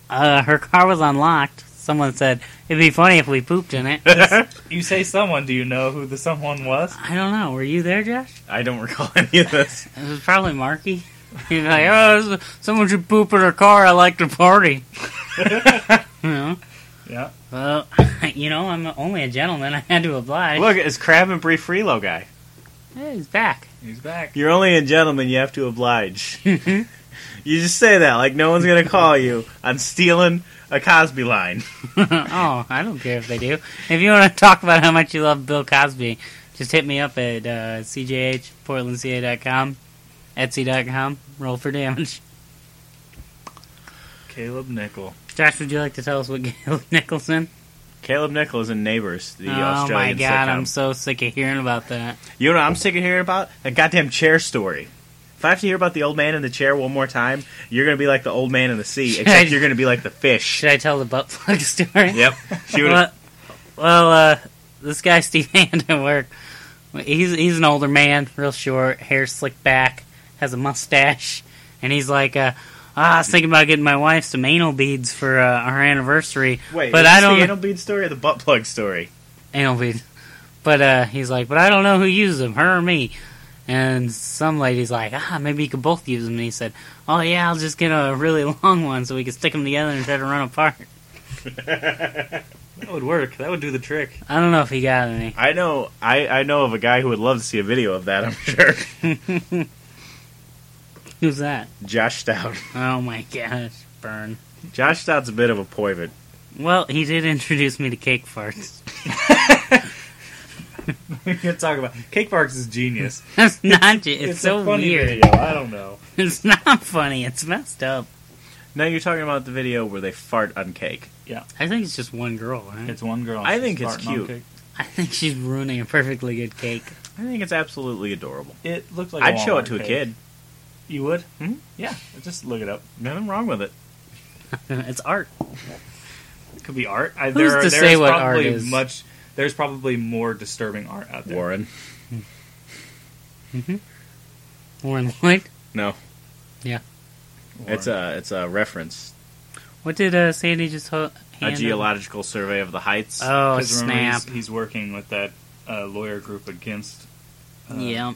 Speaker 4: Uh, her car was unlocked. Someone said it'd be funny if we pooped in
Speaker 1: <laughs>
Speaker 4: it. I
Speaker 1: you say someone. Do you know who the someone was?
Speaker 4: don't know. Were you there, Josh?
Speaker 2: <laughs> I don't recall <laughs> any of this.
Speaker 4: It was probably Marky. <laughs> He's like, oh, this is- someone should poop in her car. I like to party. <laughs> you know?
Speaker 1: Yeah.
Speaker 4: Well, <laughs> you know, I'm only a gentleman. I had to oblige.
Speaker 2: Look, it's Crab and Brie Freelo guy.
Speaker 4: Hey, he's back.
Speaker 1: He's back.
Speaker 2: You're only a gentleman, you have to oblige. <laughs> you just say that like no one's going to call you on stealing a Cosby line.
Speaker 4: <laughs> oh, I don't care if they do. If you want to talk about how much you love Bill Cosby, just hit me up at uh, CJH, PortlandCA.com, Etsy.com, roll for damage.
Speaker 1: Caleb Nickel.
Speaker 4: Josh, would you like to tell us what Gail <laughs> Nicholson
Speaker 2: Caleb Nichols and Neighbors, the
Speaker 4: oh my
Speaker 2: Australian
Speaker 4: god,
Speaker 2: sitcom.
Speaker 4: I'm so sick of hearing about that.
Speaker 2: You know what I'm sick of hearing about? That goddamn chair story. If I have to hear about the old man in the chair one more time, you're gonna be like the old man in the <laughs> sea, except you're gonna be like the fish.
Speaker 4: Should I tell the butt plug <laughs> story?
Speaker 2: <laughs> Yep. She would
Speaker 4: Well, well, uh, this guy <laughs> Steve Hand at work, he's he's an older man, real short, hair slicked back, has a mustache, and he's like, uh, ah, I was thinking about getting my wife some anal beads for uh, our anniversary,
Speaker 2: wait.
Speaker 4: but
Speaker 2: is
Speaker 4: I
Speaker 2: this
Speaker 4: don't
Speaker 2: The anal bead story or the butt plug story?
Speaker 4: anal beads. But uh, he's like, but I don't know who uses them, her or me. And some lady's like, ah, maybe you could both use them. And he said, oh yeah, I'll just get a really <laughs> long one so we can stick them together instead of run apart.
Speaker 1: That would work. That would do the trick.
Speaker 4: I don't know if he got any.
Speaker 2: I know. I, I know of a guy who would love to see a video of that. I'm <laughs> sure.
Speaker 4: Who's that?
Speaker 2: Josh Stout.
Speaker 4: Oh my gosh, burn.
Speaker 2: Josh Stout's a bit of a poivot.
Speaker 4: Well, he did introduce me to cake farts.
Speaker 1: <laughs>
Speaker 4: <laughs>
Speaker 1: we can talk about Cake Parks is genius.
Speaker 4: That's not. ju- It's, so
Speaker 1: a funny
Speaker 4: weird.
Speaker 1: video. I don't know.
Speaker 4: <laughs> It's not funny. It's messed up.
Speaker 2: Now you're talking about the video where they fart on cake.
Speaker 4: I think it's just one girl. Right?
Speaker 1: It's one girl.
Speaker 2: I she's think it's farting on cute. cake.
Speaker 4: I think she's ruining a perfectly good cake. <laughs>
Speaker 2: I think it's absolutely adorable.
Speaker 1: It looked like
Speaker 2: I'd show it to a kid.
Speaker 1: You would?
Speaker 2: Hmm?
Speaker 1: Yeah. Just look it up.
Speaker 2: Nothing wrong with it.
Speaker 4: it's art.
Speaker 1: It could be art. I,
Speaker 4: Who's
Speaker 1: there,
Speaker 4: to
Speaker 1: there's
Speaker 4: say what art
Speaker 1: probably
Speaker 4: is?
Speaker 1: Much. There's probably more disturbing art out there.
Speaker 2: Warren.
Speaker 4: Warren Lloyd.
Speaker 2: No,
Speaker 1: Warren.
Speaker 2: it's a it's a reference.
Speaker 4: What did uh, Sandy just ho-
Speaker 2: A
Speaker 4: hand? him?
Speaker 2: geological survey of the heights.
Speaker 4: Oh
Speaker 1: 'Cause remember
Speaker 4: snap!
Speaker 1: He's, he's working with that uh, lawyer group against. Uh,
Speaker 4: yep.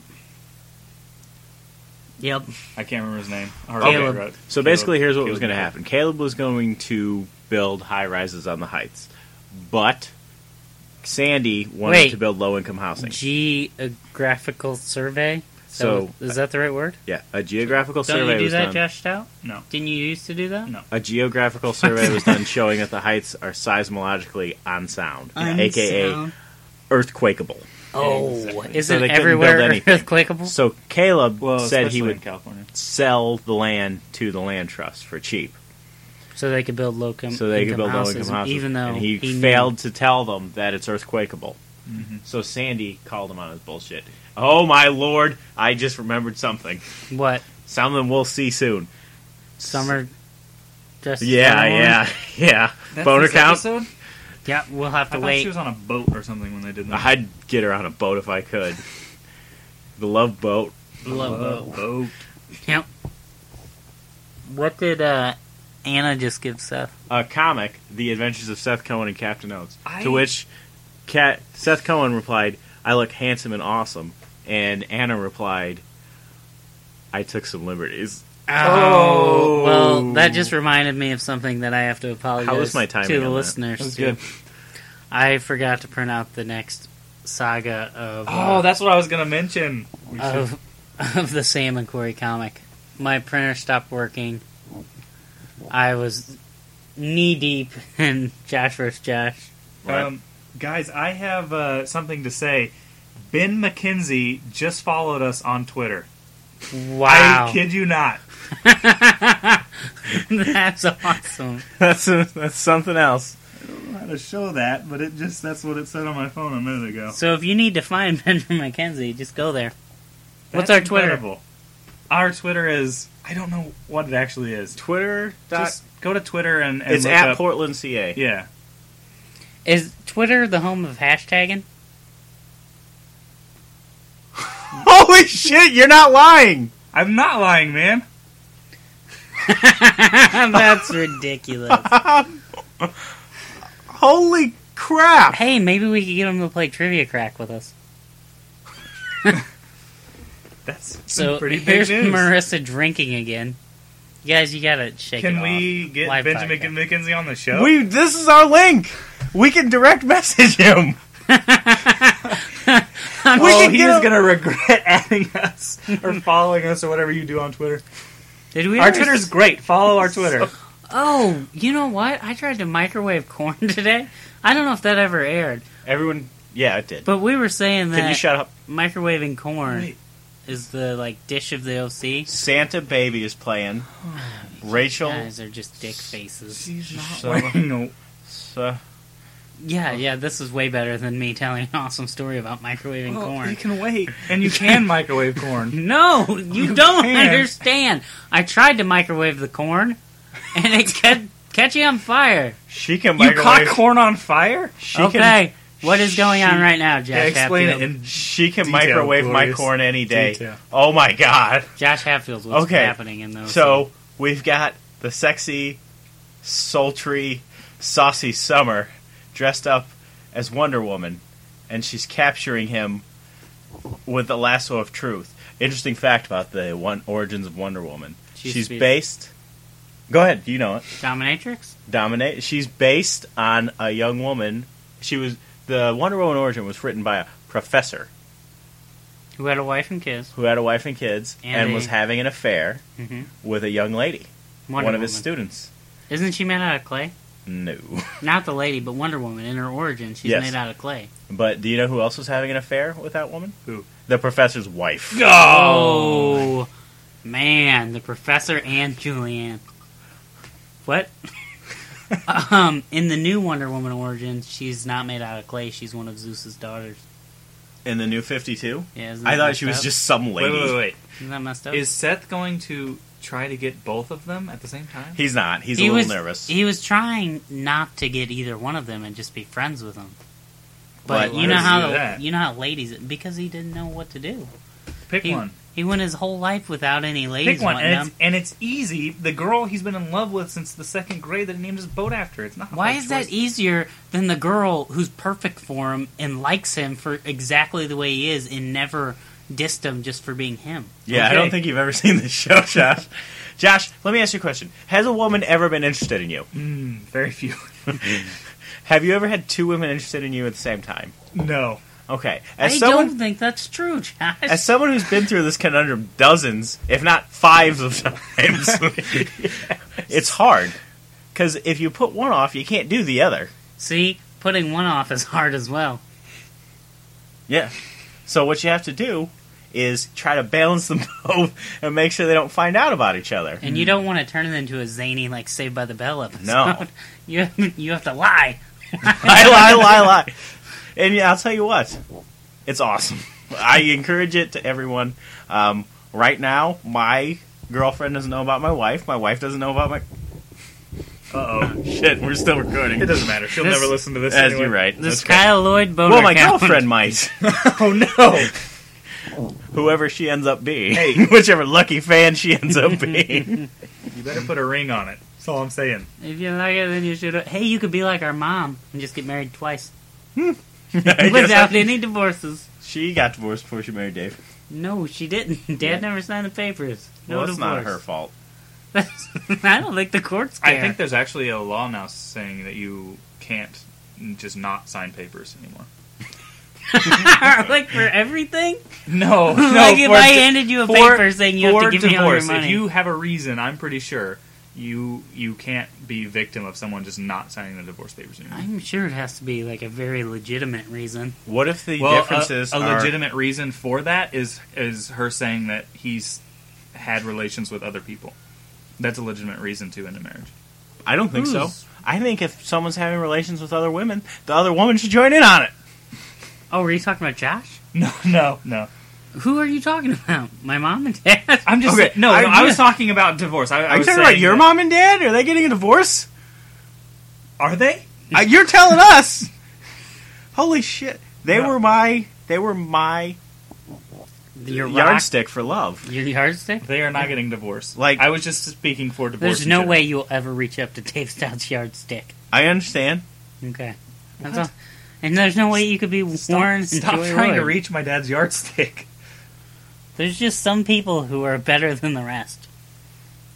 Speaker 4: Yep.
Speaker 1: I can't remember his name. All
Speaker 4: Caleb.
Speaker 1: right.
Speaker 2: So basically,
Speaker 1: Caleb-
Speaker 2: here's what was going
Speaker 1: Caleb
Speaker 2: to happen. Caleb was going to build high rises on the heights, but Sandy wanted
Speaker 4: Wait.
Speaker 2: to build low income housing.
Speaker 4: Geographical survey. So,
Speaker 2: So-
Speaker 4: is that the right word?
Speaker 2: yeah, a geographical
Speaker 4: Don't
Speaker 2: survey
Speaker 4: you do
Speaker 2: was
Speaker 4: that,
Speaker 2: done.
Speaker 4: Josh Stout?
Speaker 1: No.
Speaker 4: Didn't you used to do that?
Speaker 1: No.
Speaker 2: A geographical survey was
Speaker 4: <laughs>
Speaker 2: done showing that the heights are seismologically unsound, aka earthquakeable.
Speaker 4: Oh,
Speaker 2: So
Speaker 4: isn't
Speaker 2: they couldn't
Speaker 4: everywhere
Speaker 2: build
Speaker 1: <laughs>
Speaker 2: anything.
Speaker 4: earthquakeable?
Speaker 2: So Caleb
Speaker 1: Well,
Speaker 2: said
Speaker 1: Oh, especially
Speaker 2: he
Speaker 1: in
Speaker 2: would
Speaker 1: California.
Speaker 2: sell the land to the land trust for cheap,
Speaker 4: So they could build low com-
Speaker 2: so they could
Speaker 4: income
Speaker 2: build low
Speaker 4: houses,
Speaker 2: income houses.
Speaker 4: even though
Speaker 2: and he,
Speaker 4: knew-
Speaker 2: failed to tell them that it's earthquakeable.
Speaker 1: Mhm.
Speaker 2: So Sandy called him on his bullshit. Oh my lord, I just remembered something.
Speaker 4: what
Speaker 2: Something we'll see soon.
Speaker 4: summer. Just
Speaker 2: Yeah, yeah, <laughs> yeah. Boner count?
Speaker 4: yeah. We'll have
Speaker 1: I
Speaker 4: to
Speaker 1: thought
Speaker 4: wait.
Speaker 1: she was on a boat or something when they did that.
Speaker 2: I'd get her on a boat if I could. The love boat.
Speaker 4: Low.
Speaker 1: boat.
Speaker 4: Yep. What did uh, Anna just give Seth?
Speaker 2: A comic, The Adventures of Seth Cohen and Captain Oates.
Speaker 1: I-
Speaker 2: To which Cat Seth Cohen replied, I look handsome and awesome. And Anna replied, I took some liberties.
Speaker 1: Oh.
Speaker 4: well, that just reminded me of something that I have to apologize
Speaker 2: How was my timing
Speaker 4: to the
Speaker 2: on that?
Speaker 4: listeners.
Speaker 1: That was
Speaker 4: too.
Speaker 1: good.
Speaker 4: I forgot to print out the next saga of uh,
Speaker 1: Oh, that's what I was gonna mention. We should- <laughs>
Speaker 4: of of the Sam and Corey comic. My printer stopped working. I was knee deep in Josh vs. Josh.
Speaker 2: Right?
Speaker 1: um, guys, I have uh, something to say. Ben McKenzie just followed us on Twitter.
Speaker 4: Wow,
Speaker 1: I kid you not.
Speaker 4: <laughs> that's awesome.
Speaker 2: <laughs> that's, that's something else.
Speaker 1: I had to show that, but it just that's what it said on my phone a minute ago.
Speaker 4: So if you need to find <laughs> Benjamin McKenzie, just go there. What's
Speaker 1: That's
Speaker 4: our Twitter?
Speaker 1: incredible. Our Twitter is I don't know what it actually is.
Speaker 2: Twitter. Dot,
Speaker 1: Just go to Twitter and, and
Speaker 2: it's
Speaker 1: look
Speaker 2: at
Speaker 1: up-
Speaker 2: Portland, CA.
Speaker 1: yeah.
Speaker 4: Is Twitter the home of hashtagging? <laughs>
Speaker 2: Holy shit, you're not lying! <laughs>
Speaker 1: I'm not lying, man. <laughs>
Speaker 4: that's ridiculous.
Speaker 2: Holy crap!
Speaker 4: hey, maybe we could get him to play Trivia Crack with us.
Speaker 1: That's some
Speaker 4: So
Speaker 1: pretty big
Speaker 4: here's
Speaker 1: news.
Speaker 4: Marissa drinking again. You guys, you gotta shake it
Speaker 1: Can
Speaker 4: off.
Speaker 1: we get
Speaker 4: Live
Speaker 1: Benjamin
Speaker 4: podcast.
Speaker 1: McKenzie on the show?
Speaker 2: We this is our link. We can direct message him.
Speaker 1: <laughs> we
Speaker 2: we
Speaker 1: oh,
Speaker 2: can
Speaker 1: he
Speaker 2: get
Speaker 1: is
Speaker 2: him-
Speaker 1: gonna regret <laughs> adding us or following us or whatever you do on Twitter.
Speaker 4: Did we
Speaker 1: Our
Speaker 4: ever-
Speaker 1: Twitter's great. Follow <laughs> our Twitter.
Speaker 4: Oh, you know what? I tried to microwave <laughs> corn today. I don't know if that ever aired,
Speaker 2: Everyone, yeah, it did.
Speaker 4: but we were saying
Speaker 2: Can you
Speaker 4: that
Speaker 2: shut up?
Speaker 4: microwaving corn
Speaker 1: Wait.
Speaker 4: is the like dish of the OC.
Speaker 2: Santa Baby is playing. Rachel,
Speaker 4: Guys are just dick
Speaker 1: <laughs>
Speaker 4: faces.
Speaker 1: She's not
Speaker 2: So-
Speaker 1: wearing a
Speaker 2: so,
Speaker 4: Yeah, yeah, this is way better than me telling an awesome story about microwaving
Speaker 1: Well,
Speaker 4: corn.
Speaker 1: Oh, You can wait, and you can microwave <laughs> corn.
Speaker 4: <laughs> No,
Speaker 1: <laughs>
Speaker 4: you, don't
Speaker 1: can.
Speaker 4: understand. I tried to microwave the corn, and it kept catching on fire.
Speaker 2: She can
Speaker 1: You caught
Speaker 2: microwave.
Speaker 1: corn on fire?
Speaker 2: she
Speaker 4: okay,
Speaker 2: can,
Speaker 4: what is going on
Speaker 1: she-
Speaker 4: right now, Josh
Speaker 1: Yeah, explain
Speaker 4: Hatfield?
Speaker 1: it in
Speaker 2: she can
Speaker 1: Detail,
Speaker 2: microwave my
Speaker 1: glorious
Speaker 2: corn any day.
Speaker 1: detail.
Speaker 2: Oh my god!
Speaker 4: Josh Hatfield, what's
Speaker 2: Okay,
Speaker 4: happening in those?
Speaker 2: So we've got the sexy, sultry, saucy summer dressed up as Wonder Woman, and she's capturing him with the lasso of truth. Interesting fact about the one origins of Wonder Woman.
Speaker 4: She's
Speaker 2: she's
Speaker 4: sweet.
Speaker 2: based. Go ahead, you know it.
Speaker 4: dominatrix?
Speaker 2: Dominate. She's based on a young woman. She was the Wonder Woman origin was written by a professor
Speaker 4: Who had a wife and kids?
Speaker 2: who had a wife and kids
Speaker 4: And
Speaker 2: and
Speaker 4: a-
Speaker 2: was having an affair
Speaker 4: Mm-hmm.
Speaker 2: with a young lady,
Speaker 4: Wonder
Speaker 2: one
Speaker 4: Woman.
Speaker 2: of his students.
Speaker 4: Isn't she made out of clay?
Speaker 2: No.
Speaker 4: Not the lady, but Wonder Woman in her origin, she's
Speaker 2: Yes.
Speaker 4: made out of clay.
Speaker 2: But do you know who else was having an affair with that woman?
Speaker 1: Who?
Speaker 2: The professor's wife.
Speaker 4: Oh, man, the professor and Julianne.
Speaker 2: <laughs>
Speaker 4: What? um, in the new Wonder Woman origin, she's not made out of clay. She's one of Zeus's daughters.
Speaker 2: In the new 52?
Speaker 4: Yeah, isn't
Speaker 2: I
Speaker 4: that
Speaker 2: thought
Speaker 4: messed
Speaker 2: she was
Speaker 4: up?
Speaker 2: just some
Speaker 1: Wait,
Speaker 2: lady.
Speaker 1: wait, wait.
Speaker 4: Isn't that messed up?
Speaker 1: Is Seth going to try to get both of them at the same time?
Speaker 2: He's not. He's
Speaker 4: He
Speaker 2: a little
Speaker 4: was-
Speaker 2: nervous.
Speaker 4: He was trying not to get either one of them and just be friends with them. But
Speaker 1: Why
Speaker 4: you know
Speaker 1: would he
Speaker 4: how
Speaker 1: do that?
Speaker 4: you know how ladies because he didn't know what to do.
Speaker 1: Pick
Speaker 4: He,
Speaker 1: one.
Speaker 4: he went his whole life without any ladies
Speaker 1: Pick one.
Speaker 4: wanting
Speaker 1: And
Speaker 4: him.
Speaker 1: it's, and it's easy. The girl he's been in love with since the second grade that he named his boat after. It's not. a
Speaker 4: Why
Speaker 1: hard
Speaker 4: is that
Speaker 1: choice.
Speaker 4: easier than the girl who's perfect for him and likes him for exactly the way he is and never dissed him just for being him?
Speaker 2: yeah, I
Speaker 1: okay.
Speaker 2: don't think you've ever <laughs> seen this show, Josh. Josh, let me ask you a question. Has a woman ever been interested in you?
Speaker 4: e-,
Speaker 1: Mm, very few. <laughs>
Speaker 2: Have you ever had two women interested in you at the same time?
Speaker 1: no.
Speaker 2: Okay. As
Speaker 4: I
Speaker 2: someone
Speaker 4: don't think that's true, Josh.
Speaker 2: as someone who's been through this conundrum dozens, if not fives of times, <laughs> it's hard. Because if you put one off, you can't do the other.
Speaker 4: See, putting one off is hard as well.
Speaker 2: Yeah. So what you have to do is try to balance them <laughs> both and make sure they don't find out about each other.
Speaker 4: And you don't want to turn it into a zany like Saved by the Bell episode. <laughs>
Speaker 2: <laughs> No.
Speaker 4: you you have <laughs> to lie.
Speaker 2: lie, lie, lie, lie. And yeah, I'll tell you what, it's awesome. I encourage it to everyone. Um, right now, my girlfriend doesn't know about my wife. My wife doesn't know about my. <laughs>
Speaker 1: Uh oh.
Speaker 2: Shit, we're still
Speaker 1: It
Speaker 2: recording.
Speaker 1: doesn't matter. She'll
Speaker 4: This-
Speaker 1: never listen to this.
Speaker 2: As
Speaker 1: anyway.
Speaker 2: you're right.
Speaker 4: This
Speaker 2: That's right.
Speaker 4: Kyle Lloyd boner.
Speaker 2: Well, my
Speaker 4: count.
Speaker 2: girlfriend might.
Speaker 1: <laughs>
Speaker 2: <laughs>
Speaker 1: Oh no.
Speaker 2: Whoever she ends up being. <laughs>
Speaker 1: Hey.
Speaker 2: Whichever lucky fan she ends up being.
Speaker 1: You better put a ring on it. That's all I'm saying.
Speaker 4: <laughs> If you like it, then you should. Hey, you could be like our mom and just get married twice
Speaker 2: I guess
Speaker 4: without
Speaker 2: I-
Speaker 4: any divorces.
Speaker 2: She got divorced before she married Dave.
Speaker 4: No, she didn't. <laughs> Dad
Speaker 2: Yeah.
Speaker 4: never signed the papers. No
Speaker 2: Well, it's not
Speaker 4: divorce.
Speaker 2: her fault.
Speaker 4: <laughs> That's- I don't think the courts care.
Speaker 1: I
Speaker 4: <laughs>
Speaker 1: think there's actually a law now saying that you can't just not sign papers
Speaker 4: <laughs>
Speaker 1: anymore.
Speaker 4: like for everything.
Speaker 1: No, <laughs> no.
Speaker 4: like if
Speaker 1: for
Speaker 4: I
Speaker 1: di-
Speaker 4: handed you a
Speaker 1: for-
Speaker 4: paper saying you have
Speaker 1: for
Speaker 4: to give me all your
Speaker 1: divorce,
Speaker 4: money,
Speaker 1: if you have a reason, I'm pretty sure you you can't be victim of someone just not signing the divorce papers anymore.
Speaker 4: I'm sure it has to be like a very legitimate reason.
Speaker 2: What if the
Speaker 1: well,
Speaker 2: differences
Speaker 1: a, a
Speaker 2: are
Speaker 1: legitimate reason for that is is her saying that he's had relations with other people. That's a legitimate reason to end a marriage. <laughs>
Speaker 2: I don't think so.
Speaker 4: Who's-
Speaker 2: I think if someone's having relations with other women, the other woman should join in on it.
Speaker 4: Oh, were you talking about Josh?
Speaker 1: No, no, no.
Speaker 4: Who are you talking <laughs> about? My mom and dad.
Speaker 1: I'm just
Speaker 2: Okay,
Speaker 1: no,
Speaker 2: I-
Speaker 1: no. I
Speaker 2: yeah.
Speaker 1: was talking about divorce. I, I
Speaker 2: Are you
Speaker 1: was
Speaker 2: talking about
Speaker 1: saying
Speaker 2: your
Speaker 1: that-
Speaker 2: mom and dad? Are they getting a divorce?
Speaker 1: Are they?
Speaker 2: Uh, you're telling us. <laughs> Holy shit! They
Speaker 1: No.
Speaker 2: were my they were my
Speaker 4: <laughs> Your rock,
Speaker 2: yardstick for love.
Speaker 4: your yardstick.
Speaker 1: They are not getting divorced.
Speaker 2: Like-
Speaker 1: I was just speaking for divorce.
Speaker 4: There's
Speaker 1: in
Speaker 4: no
Speaker 1: general.
Speaker 4: way you'll ever reach up to <laughs> Dave Stout's yardstick.
Speaker 2: I understand.
Speaker 4: Okay, that's all. And there's no way you could be Warren.
Speaker 1: Stop
Speaker 4: and Joy
Speaker 1: trying to
Speaker 4: Roy.
Speaker 1: reach my dad's yardstick.
Speaker 4: There's just some people who are better than the rest.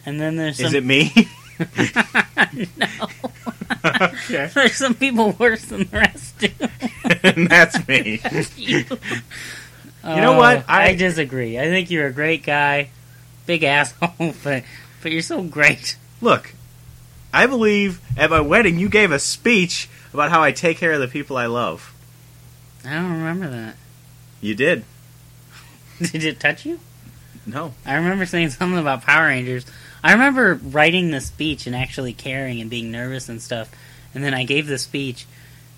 Speaker 4: And then there's
Speaker 2: Is
Speaker 4: some
Speaker 2: it me?
Speaker 4: no.
Speaker 2: okay,
Speaker 4: <laughs> There's some people worse than the
Speaker 1: <laughs>
Speaker 4: rest. Too.
Speaker 2: <laughs> and that's me.
Speaker 4: you
Speaker 2: know what?
Speaker 4: Oh, I,
Speaker 2: I-
Speaker 4: disagree. I think you're a great guy, big asshole, <laughs> but but you're so great.
Speaker 2: Look, I believe at my wedding you gave a speech about how I take care of the people I love.
Speaker 4: I don't remember that. <laughs>
Speaker 2: You did.
Speaker 4: Did it touch you?
Speaker 2: No.
Speaker 4: I remember saying <laughs> something about Power Rangers. I remember writing the speech and actually caring and being nervous and stuff. And then I gave the speech,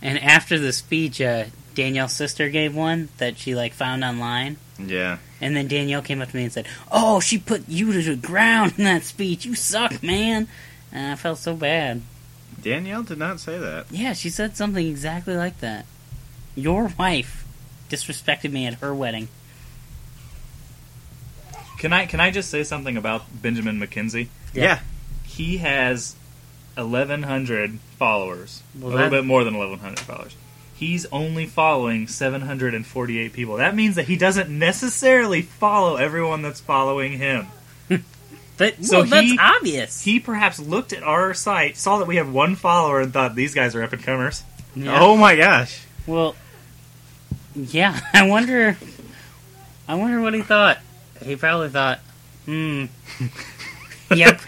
Speaker 4: And after the speech, uh, Danielle's sister gave one that she like found online.
Speaker 2: Yeah.
Speaker 4: And then Danielle came up to me and said, "Oh, she put you to the ground in that speech. You suck, man." And I felt so bad.
Speaker 2: Danielle did not say that.
Speaker 4: Yeah, she said something exactly like that. Your wife disrespected me at her wedding.
Speaker 1: Can I can I just say something about Benjamin McKenzie?
Speaker 4: Yeah.
Speaker 1: He has 1,100 followers, a
Speaker 4: Well,
Speaker 1: little
Speaker 4: that-
Speaker 1: bit more than 1,100 followers. He's only following 748 people. That means that he doesn't necessarily follow everyone that's following him.
Speaker 4: But
Speaker 1: So
Speaker 4: well, that's
Speaker 1: he-
Speaker 4: obvious.
Speaker 1: He perhaps looked at our site, saw that we have one follower, and thought these guys are up and comers.
Speaker 4: Yeah.
Speaker 2: Oh my gosh.
Speaker 4: Well, yeah. <laughs> I wonder. I wonder what he thought. He probably thought,
Speaker 1: <laughs>
Speaker 4: "Hmm, yep,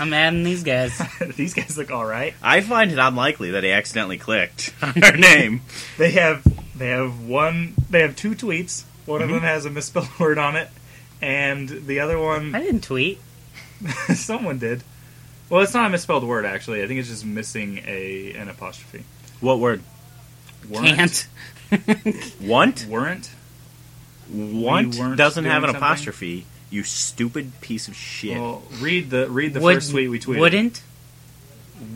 Speaker 4: I'm adding these guys."
Speaker 1: <laughs> these guys look all right.
Speaker 2: I find it unlikely that he accidentally clicked <laughs> on her name.
Speaker 1: They have they have one they have two tweets. One
Speaker 4: Mm-hmm.
Speaker 1: of them has a misspelled <laughs> word on it, and the other one
Speaker 4: I didn't tweet.
Speaker 1: <laughs> Someone did. Well, it's not a misspelled word actually. I think it's just missing a an apostrophe.
Speaker 2: What word?
Speaker 1: Weren't
Speaker 4: Can't.
Speaker 2: Want?
Speaker 1: weren't
Speaker 2: Want
Speaker 1: You weren't
Speaker 2: doesn't have an
Speaker 1: doing something?
Speaker 2: apostrophe. You stupid piece of shit.
Speaker 1: well read the read the
Speaker 4: Would-
Speaker 1: first tweet we tweeted.
Speaker 4: Wouldn't.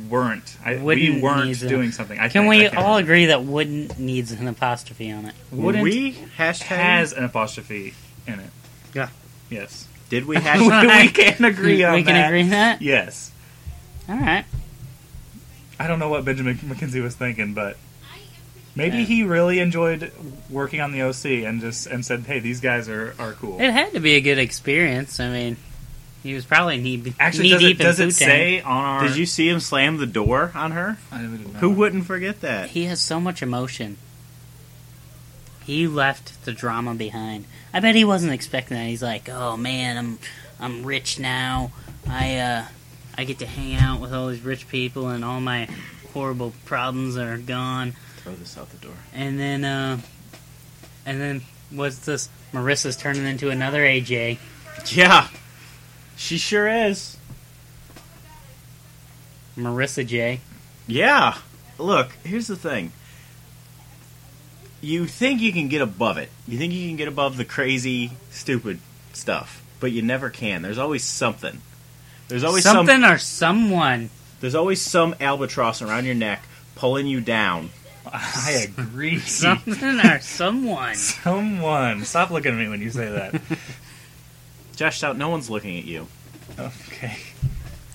Speaker 1: weren't I, we
Speaker 4: Wouldn't
Speaker 1: weren't
Speaker 4: neither.
Speaker 1: doing something. I
Speaker 4: Can
Speaker 1: think,
Speaker 4: we
Speaker 1: I can't
Speaker 4: all
Speaker 1: remember.
Speaker 4: agree that wouldn't needs an apostrophe on it?
Speaker 1: wouldn't
Speaker 2: we hashtag
Speaker 1: has an apostrophe in it?
Speaker 4: Yeah. <laughs>
Speaker 1: Yes.
Speaker 2: did
Speaker 1: <laughs>
Speaker 2: we
Speaker 1: we
Speaker 2: hashtag
Speaker 1: can agree on
Speaker 4: we can
Speaker 1: that.
Speaker 4: agree on that.
Speaker 1: Yes.
Speaker 4: All right.
Speaker 1: I don't know what Benjamin <laughs> McKenzie was thinking, but maybe
Speaker 4: Yeah.
Speaker 1: he really enjoyed working on the OC and just and said, "Hey, these guys are are cool."
Speaker 4: It had to be a good experience. I mean, he was probably knee,
Speaker 1: Actually,
Speaker 4: knee
Speaker 1: does it,
Speaker 4: deep
Speaker 1: does
Speaker 4: in
Speaker 1: it
Speaker 4: Bhutan.
Speaker 1: say on our?
Speaker 2: Did you see him slam the door on her?
Speaker 1: I don't know.
Speaker 2: Who wouldn't forget that?
Speaker 4: He has so much emotion. He left the drama behind. I bet he wasn't expecting that. He's like, "Oh man, I'm I'm rich now. I uh I get to hang out with all these rich people and all my horrible problems are gone."
Speaker 2: Throw this out the door.
Speaker 4: And then uh and then what's this Marissa's turning into another AJ.
Speaker 2: Yeah. She sure is.
Speaker 4: Marissa J.
Speaker 2: Yeah. Look, here's the thing. You think you can get above it. You think you can get above the crazy, stupid stuff, but you never can. There's always something. There's always some-
Speaker 4: Something or someone. <laughs>
Speaker 2: there's always some albatross around your neck pulling you down.
Speaker 1: I agree.
Speaker 4: Something or someone.
Speaker 1: Someone, stop looking at me when you say that.
Speaker 2: Josh out, no one's looking at you.
Speaker 1: okay.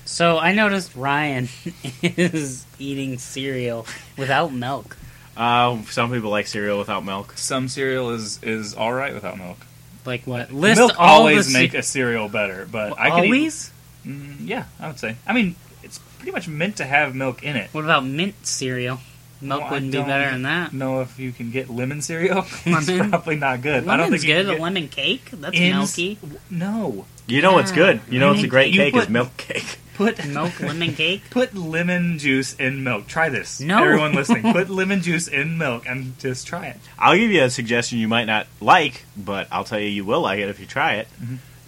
Speaker 4: So I noticed Ryan <laughs> is eating cereal without milk.
Speaker 2: Uh, some people like cereal without milk.
Speaker 1: Some cereal is is all right without milk.
Speaker 4: Like what? List
Speaker 1: milk
Speaker 4: all
Speaker 1: always
Speaker 4: the
Speaker 1: make
Speaker 4: ce-
Speaker 1: a cereal better, but I could eat-
Speaker 4: always.
Speaker 1: Mm, yeah, I would say. I mean, it's pretty much meant to have milk in it.
Speaker 4: What about mint cereal? Milk
Speaker 1: Well, I
Speaker 4: wouldn't be
Speaker 1: don't-
Speaker 4: better than that.
Speaker 1: No, if you can get lemon cereal, <laughs>
Speaker 4: Lemon?
Speaker 1: it's probably not good.
Speaker 4: Lemon's
Speaker 1: I don't think you
Speaker 4: good.
Speaker 1: can
Speaker 4: A
Speaker 1: get
Speaker 4: lemon cake that's
Speaker 1: Ins-
Speaker 4: milky.
Speaker 1: No,
Speaker 2: You know what's
Speaker 4: Ah,
Speaker 2: good. You know what's a
Speaker 1: you-
Speaker 2: great
Speaker 1: you
Speaker 2: cake is
Speaker 1: put-
Speaker 2: milk cake.
Speaker 1: put
Speaker 4: <laughs> Milk lemon cake.
Speaker 1: Put lemon juice in milk. Try this.
Speaker 4: No.
Speaker 1: everyone listening, put lemon juice in milk and just try it.
Speaker 2: I'll give you a suggestion you might not like, but I'll tell you you will like it if you try it.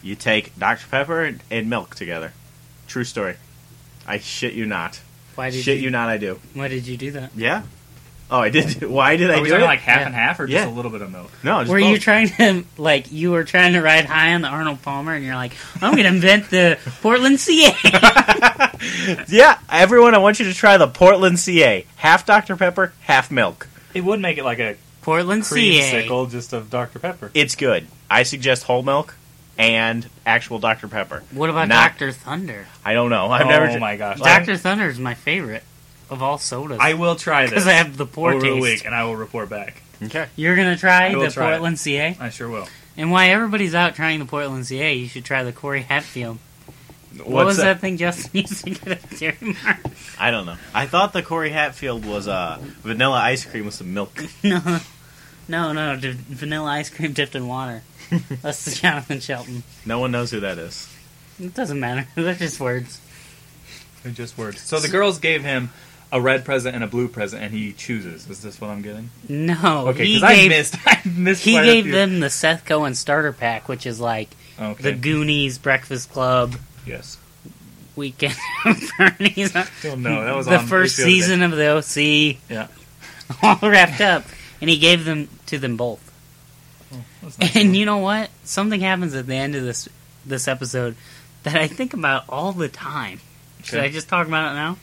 Speaker 2: You take Dr. Pepper and, and milk together. True story. I shit you not.
Speaker 4: Why did
Speaker 2: Shit
Speaker 4: you?
Speaker 2: you not, I do.
Speaker 4: Why did you do that?
Speaker 2: Yeah. Oh, I did. <laughs> do- Why did I
Speaker 1: Are we
Speaker 2: do
Speaker 1: talking
Speaker 2: it?
Speaker 1: like half
Speaker 4: Yeah.
Speaker 1: and half, or
Speaker 2: Yeah.
Speaker 1: just a little bit of milk?
Speaker 2: no, just
Speaker 4: Were
Speaker 2: both.
Speaker 4: you trying to <laughs> like you were trying to ride high on the Arnold Palmer, and you're like, I'm gonna invent the Portland CA.
Speaker 2: yeah, everyone, I want you to try the Portland CA. Half Dr. Pepper, half milk.
Speaker 1: It would make it like a
Speaker 4: <laughs> Portland CA.
Speaker 1: creamsicle just of Dr Pepper.
Speaker 2: It's good. I suggest whole milk and actual Dr. Pepper.
Speaker 4: What about
Speaker 2: Not-
Speaker 4: Doctor Thunder?
Speaker 2: I don't know. I've
Speaker 1: oh
Speaker 2: never.
Speaker 1: my gosh,
Speaker 4: Doctor Thunder is my favorite of all sodas.
Speaker 1: I will try this
Speaker 4: because I have the poor
Speaker 1: over the
Speaker 4: taste.
Speaker 1: week, and I will report back.
Speaker 2: Okay.
Speaker 4: You're gonna try
Speaker 1: I will
Speaker 4: the
Speaker 1: try it.
Speaker 4: Portland CA,
Speaker 1: I sure will.
Speaker 4: and why everybody's out trying the Portland CA, you should try the Corey Hatfield.
Speaker 2: What's
Speaker 4: what was
Speaker 2: that?
Speaker 4: that? thing Justin <laughs> used to get a dairy mark?
Speaker 2: I don't know. I thought the Corey Hatfield was uh, vanilla ice cream with some milk.
Speaker 4: <laughs> No, no, no, d- vanilla ice cream dipped
Speaker 1: <laughs>
Speaker 4: in water. That's the Jonathan Shelton.
Speaker 2: No one knows who that is.
Speaker 4: It doesn't matter. <laughs> They're just words.
Speaker 1: They're just words. So the girls gave him a red present and a blue present, and he chooses. Is this what I'm getting?
Speaker 4: No,
Speaker 1: Okay,
Speaker 4: he
Speaker 1: because
Speaker 4: gave
Speaker 1: I missed. <laughs> I missed.
Speaker 4: he
Speaker 1: quite a
Speaker 4: gave
Speaker 1: few.
Speaker 4: them the Seth Cohen starter pack, which is like
Speaker 1: Okay.
Speaker 4: the Goonies, Breakfast Club,
Speaker 1: yes.
Speaker 4: Weekend <laughs> at Bernie's,
Speaker 1: Oh no, that was
Speaker 4: the
Speaker 1: on
Speaker 4: <laughs> first
Speaker 1: HBO today.
Speaker 4: season of the OC.
Speaker 1: Yeah.
Speaker 4: <laughs> all wrapped up, and he gave them to them both.
Speaker 1: That's nice.
Speaker 4: And you know what? Something happens at the end of this this episode that I think about all the time. Should
Speaker 1: Okay.
Speaker 4: I just talk about it now?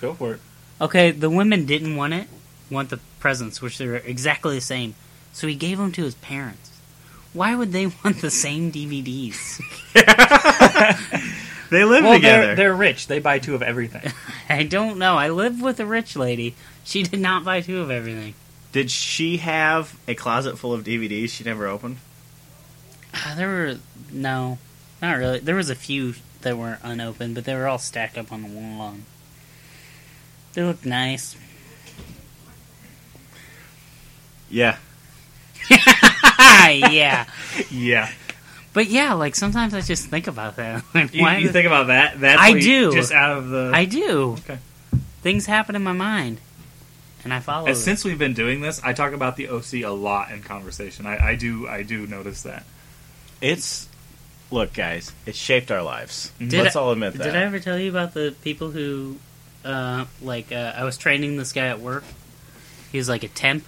Speaker 1: Go for it.
Speaker 4: Okay, the women didn't want it, want the presents, which they were exactly the same. So he gave them to his parents. Why would they <laughs> want the
Speaker 1: <laughs>
Speaker 4: same DVDs?
Speaker 2: They live
Speaker 1: <laughs> Well,
Speaker 2: together.
Speaker 1: they're, they're rich. They buy two of everything.
Speaker 4: I don't know. I live with a rich lady. She did not buy two of everything.
Speaker 2: Did she have a closet full of DVDs she never opened?
Speaker 4: Ah, There were no, not really. There was a few that were unopened, but they were all stacked up on the wall. and They
Speaker 2: <laughs>
Speaker 4: looked nice. <laughs>
Speaker 2: Yeah.
Speaker 4: yeah,
Speaker 1: <laughs> yeah.
Speaker 4: but yeah, like sometimes I just think about that. <laughs> Like,
Speaker 1: You,
Speaker 4: why
Speaker 1: you
Speaker 4: the-
Speaker 1: think about that? That's
Speaker 4: I
Speaker 1: what you-
Speaker 4: do.
Speaker 1: Just out of the.
Speaker 4: I do.
Speaker 1: Okay.
Speaker 4: Things happen in my mind, and I follow.
Speaker 1: Uh,
Speaker 4: it.
Speaker 1: since we've been doing this, I talk about the OC a lot in conversation. I, I do. I do notice that.
Speaker 2: It's look, guys, it shaped our lives.
Speaker 1: Did
Speaker 2: Let's
Speaker 4: I-
Speaker 2: all admit that.
Speaker 4: Did I ever tell you about the people who, uh, like, uh, I was training this guy at work. He was like a temp,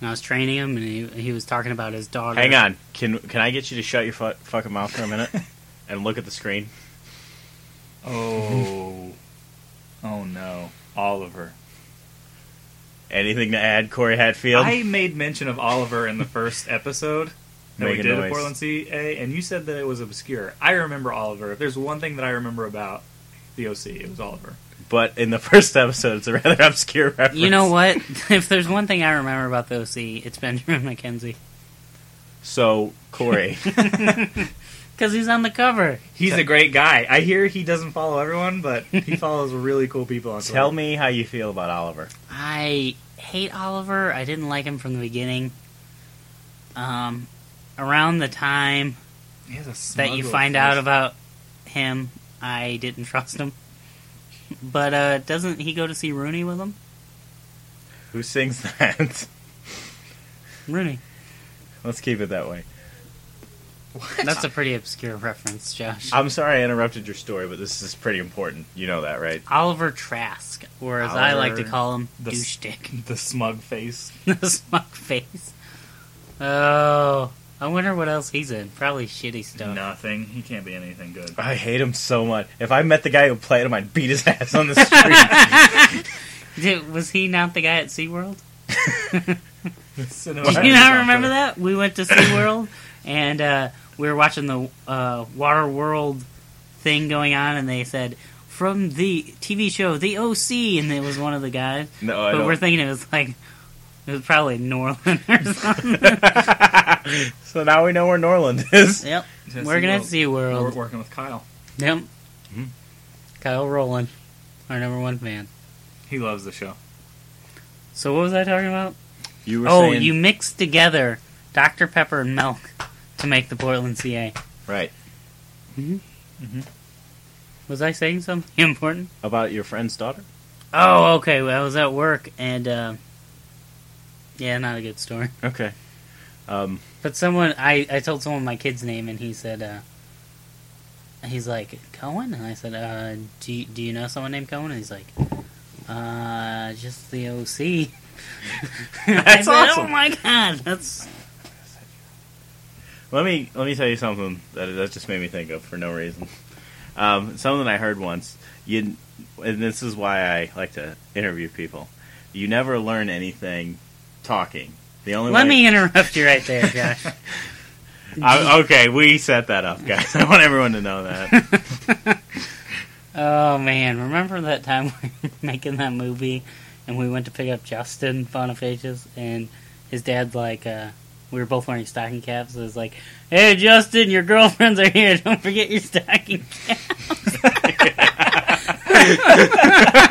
Speaker 4: and I was training him, and he, he was talking about his daughter.
Speaker 2: Hang on. Can can I get you to shut your fu- fucking mouth for a minute and look at the screen? Mm-hmm.
Speaker 1: Oh. oh no, Oliver.
Speaker 2: Anything to add, Corey Hatfield?
Speaker 1: I made mention of Oliver in the
Speaker 2: <laughs>
Speaker 1: first episode that
Speaker 2: Make
Speaker 1: we
Speaker 2: a
Speaker 1: did
Speaker 2: noise.
Speaker 1: at Portland CA, and you said that it was obscure. I remember Oliver. If there's one thing that I remember about the OC, it was Oliver.
Speaker 2: But in the <laughs> first episode, it's a rather obscure reference.
Speaker 4: You know what? <laughs> if there's one thing I remember about the OC, it's Benjamin McKenzie
Speaker 2: So Corey,
Speaker 4: because he's on the cover.
Speaker 1: He's a great guy. I hear he doesn't follow
Speaker 2: <laughs>
Speaker 1: everyone, but he follows really cool people on
Speaker 2: tell
Speaker 1: Twitter.
Speaker 2: me how you feel about Oliver.
Speaker 4: I hate Oliver. I didn't like him from the beginning. Um, around the time
Speaker 1: He has a
Speaker 4: that you
Speaker 1: smug
Speaker 4: find
Speaker 1: little
Speaker 4: out
Speaker 1: face.
Speaker 4: about him, I didn't <laughs> trust him. But uh, doesn't he go to see Rooney with him?
Speaker 2: Who sings <laughs> that?
Speaker 1: <laughs>
Speaker 4: Rooney.
Speaker 2: Let's keep it that way.
Speaker 4: That's a pretty obscure reference, Josh.
Speaker 2: I'm sorry I interrupted your story, but this is pretty important. You know that, right?
Speaker 4: Oliver Trask, or as I like to
Speaker 1: Oliver-
Speaker 4: call him,
Speaker 1: the-
Speaker 4: douche dick.
Speaker 1: the smug face.
Speaker 4: <laughs> the smug face. Oh, I wonder what else he's in. Probably shitty stuff.
Speaker 1: Nothing. He can't be anything
Speaker 2: <laughs>
Speaker 1: good.
Speaker 2: I hate him so much. If I met the guy who played him, I'd beat his <laughs> ass on the
Speaker 4: <laughs>
Speaker 2: street.
Speaker 4: Dude, was he not the guy
Speaker 2: <laughs>
Speaker 4: at SeaWorld?
Speaker 1: Cinema
Speaker 4: Do you not remember that? We went to SeaWorld and uh, we were watching the uh, Water World thing going on, and they said, from the TV show The OC, and it was one of the guys.
Speaker 2: no, I
Speaker 4: but we're
Speaker 2: don't.
Speaker 4: thinking it was like, it was probably Norland
Speaker 2: <laughs>
Speaker 4: or something.
Speaker 2: so now we know where Norland <laughs> is.
Speaker 4: yep.
Speaker 1: Yeah,
Speaker 4: We're going to
Speaker 1: SeaWorld. We're
Speaker 4: SeaWorld.
Speaker 1: working with Kyle.
Speaker 4: Yep.
Speaker 2: Mm-hmm.
Speaker 4: Kyle Rowland, our number one fan.
Speaker 1: He loves the show.
Speaker 4: So what was I talking about?
Speaker 2: You were
Speaker 4: oh,
Speaker 2: saying
Speaker 4: you mixed together Dr. Pepper and milk to make the Portland CA.
Speaker 2: right
Speaker 4: Was I saying something <laughs> important?
Speaker 2: about your friend's daughter.
Speaker 4: Oh, okay. Well, I was at work and, uh, yeah, not a good story.
Speaker 2: Okay. Um,
Speaker 4: But someone, I, I told someone my kid's name and he said, uh, he's like, Cohen? And I said, uh, do you, do you know someone named Cohen? And he's like, uh, just the OC. <laughs> I
Speaker 2: That's
Speaker 4: said, Oh
Speaker 2: awesome.
Speaker 4: my god, that's
Speaker 2: let me let me tell you something that that just made me think of for no reason. Um, something I heard once. You and this is why I like to interview people. You never learn anything talking. The only
Speaker 4: Let
Speaker 2: way-
Speaker 4: me interrupt you right there, Josh.
Speaker 2: I, okay, we set that up, guys. <laughs> I want everyone to know that.
Speaker 4: <laughs> oh man, remember that time <laughs> we were making that movie and we went to pick up Justin Bonifacius and his dad's like uh we were both wearing stocking caps. So it was like, "Hey, Justin, your girlfriends are here. <laughs> Don't forget your stocking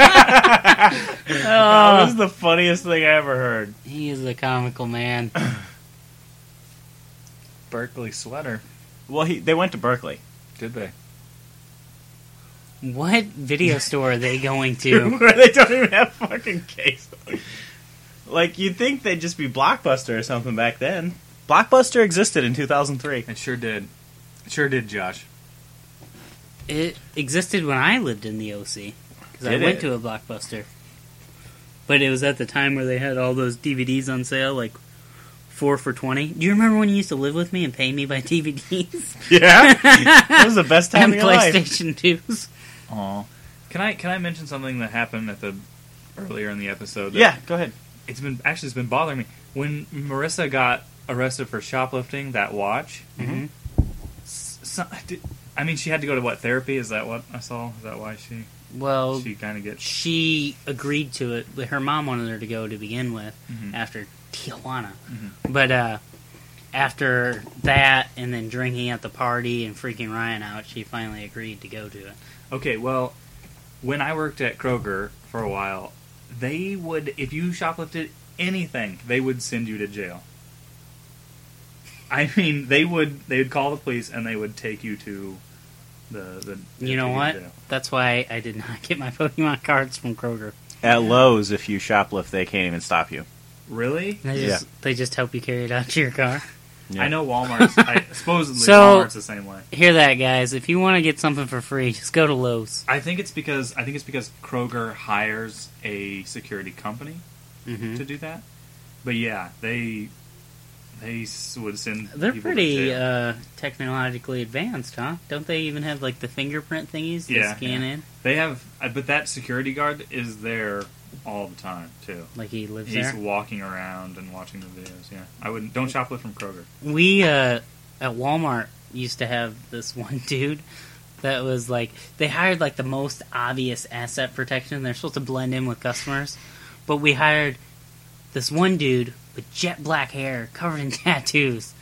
Speaker 4: caps."
Speaker 2: that was
Speaker 4: oh,
Speaker 2: the funniest thing I ever heard.
Speaker 4: he is a comical man.
Speaker 1: Berkeley sweater.
Speaker 2: Well, he, they went to Berkeley.
Speaker 1: Did they?
Speaker 4: What video store are they going
Speaker 2: <laughs>
Speaker 4: to?
Speaker 2: where they don't even have fucking case. Like you'd think they'd just be Blockbuster or something back then. Blockbuster existed in
Speaker 1: <laughs>
Speaker 2: 2003.
Speaker 1: It sure did. It sure did, Josh.
Speaker 4: It existed when I lived in the OC because I
Speaker 2: Did
Speaker 4: went
Speaker 2: it?
Speaker 4: to a blockbuster. But it was at the time where they had all those DVDs on sale, like four for twenty. Do you remember when you used to live with me and pay me by <laughs> DVDs
Speaker 2: Yeah, that was the best time
Speaker 4: and
Speaker 2: of your life.
Speaker 4: PlayStation Twos?
Speaker 2: Aw.
Speaker 1: Can I can I mention something that happened at the earlier in the episode? that-
Speaker 2: Yeah, go ahead.
Speaker 1: it's been actually it's been bothering me. When Marissa got arrested for shoplifting that watch,
Speaker 4: Mhm.
Speaker 1: s- so- did- I mean, she had to go to what therapy? Is that what I saw? Is that why she
Speaker 4: Well,
Speaker 1: she kind of gets?
Speaker 4: she agreed to it. but Her mom wanted her to go to begin with
Speaker 2: Mm-hmm.
Speaker 1: Mhm.
Speaker 4: after Tijuana. But uh, after that and then drinking at the party and freaking Ryan out, she finally agreed to go to it.
Speaker 1: Okay, well, when I worked at Kroger for a while, they would if you shoplifted anything, they would send you to jail. I mean, they would they would call the police and they would take you to the the
Speaker 4: You know
Speaker 1: to
Speaker 4: what?
Speaker 1: jail.
Speaker 4: That's why I did not <laughs> get my Pokemon cards from Kroger.
Speaker 2: At Lowe's, if you shoplift, they can't even stop you.
Speaker 1: Really?
Speaker 4: They just, they just help you carry it out to your car.
Speaker 2: Yeah.
Speaker 1: I know Walmart's.
Speaker 4: <laughs>
Speaker 1: I, supposedly,
Speaker 4: So-
Speaker 1: Walmart's the same way.
Speaker 4: <laughs> Hear that, guys? If you want to get something for free, just go to Lowe's.
Speaker 1: I think it's because I think it's because Kroger hires a security company
Speaker 4: hmm
Speaker 1: to do that. But yeah, they they s- would send.
Speaker 4: They're
Speaker 1: people to
Speaker 4: pretty
Speaker 1: jail.
Speaker 4: uh, technologically advanced, huh? Don't they even have like the fingerprint thingies to
Speaker 1: Yeah,
Speaker 4: scan in?
Speaker 1: they have, uh, but that security guard is there all the time too.
Speaker 4: Like he lives
Speaker 1: He's
Speaker 4: there.
Speaker 1: walking around and watching the videos. Yeah, I wouldn't. Don't shoplift from Kroger.
Speaker 4: we uh, at Walmart used to have this <laughs> one dude that was like they hired like the most obvious asset protection. They're supposed to blend in with customers, but we hired this one dude with jet black hair, <laughs> covered in tattoos,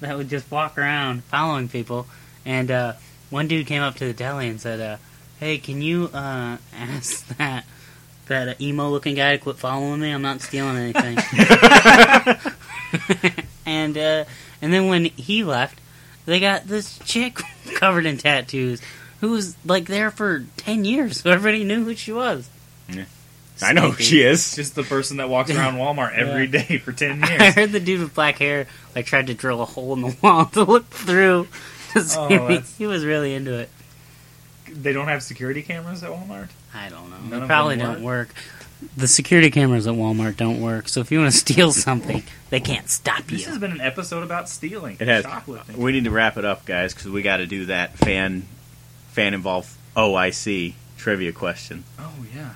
Speaker 4: that would just walk around following people. And uh, one dude came up to the deli and said, uh, "Hey, can you uh, <laughs> ask that?" That uh, emo looking guy to quit following me. I'm not stealing
Speaker 2: <laughs>
Speaker 4: anything. <laughs> and uh, and then when he left, they got this chick <laughs> covered in tattoos who was like there for ten years, so everybody knew who she was.
Speaker 2: Yeah. I know who
Speaker 4: Sneaky.
Speaker 2: she
Speaker 1: It's
Speaker 2: is.
Speaker 1: just the person that walks
Speaker 4: <laughs>
Speaker 1: around Walmart every day for ten
Speaker 4: I
Speaker 1: years.
Speaker 4: heard the dude with black hair like tried to drill a hole in the <laughs> wall to look through. To see
Speaker 1: Oh,
Speaker 4: me.
Speaker 1: that's-
Speaker 4: He was really into it.
Speaker 1: they don't have security cameras at Walmart.
Speaker 4: I don't know.
Speaker 1: of
Speaker 4: they
Speaker 1: them
Speaker 4: probably don't work. The security cameras at Walmart don't work, so if you want to <laughs> steal something, they can't stop
Speaker 1: This has
Speaker 4: you.
Speaker 1: been an episode about stealing.
Speaker 2: It has.
Speaker 1: Shoplifting.
Speaker 2: We need to wrap it up, guys, because we got to do that fan fan involved OIC trivia question.
Speaker 1: Oh yeah.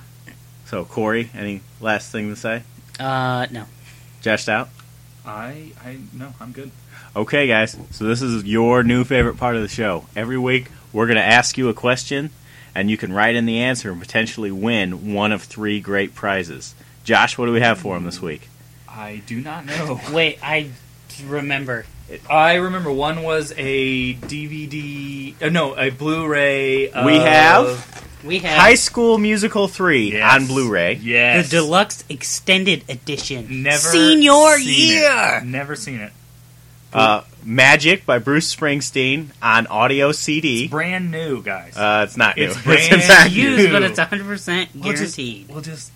Speaker 2: So, Corey, any last thing to say?
Speaker 4: Uh, no.
Speaker 2: Jashed out?
Speaker 1: I I no, I'm good.
Speaker 2: Okay, guys. So this is your new favorite part of the show. Every week, we're going to ask you a question, and you can write in the answer and potentially win one of three great prizes. Josh, what do we have for him this week?
Speaker 1: I do not know.
Speaker 4: Wait, I remember.
Speaker 1: <laughs> I remember one was a DVD, uh, no, a Blu-ray. Of
Speaker 2: We have
Speaker 4: We have
Speaker 2: High School Musical 3
Speaker 1: Yes.
Speaker 2: on Blu-ray.
Speaker 4: the
Speaker 1: Yes,
Speaker 4: deluxe extended edition.
Speaker 1: Never
Speaker 4: senior
Speaker 1: seen it.
Speaker 4: year.
Speaker 1: Never seen it.
Speaker 2: Uh, Magic by Bruce Springsteen on audio CD.
Speaker 1: Brand new, guys.
Speaker 2: Uh, it's not new. <laughs>
Speaker 1: It's brand
Speaker 2: not new.
Speaker 4: Used, but
Speaker 1: Ew.
Speaker 4: it's 100 percent
Speaker 1: We'll just-
Speaker 4: guaranteed.
Speaker 1: We'll just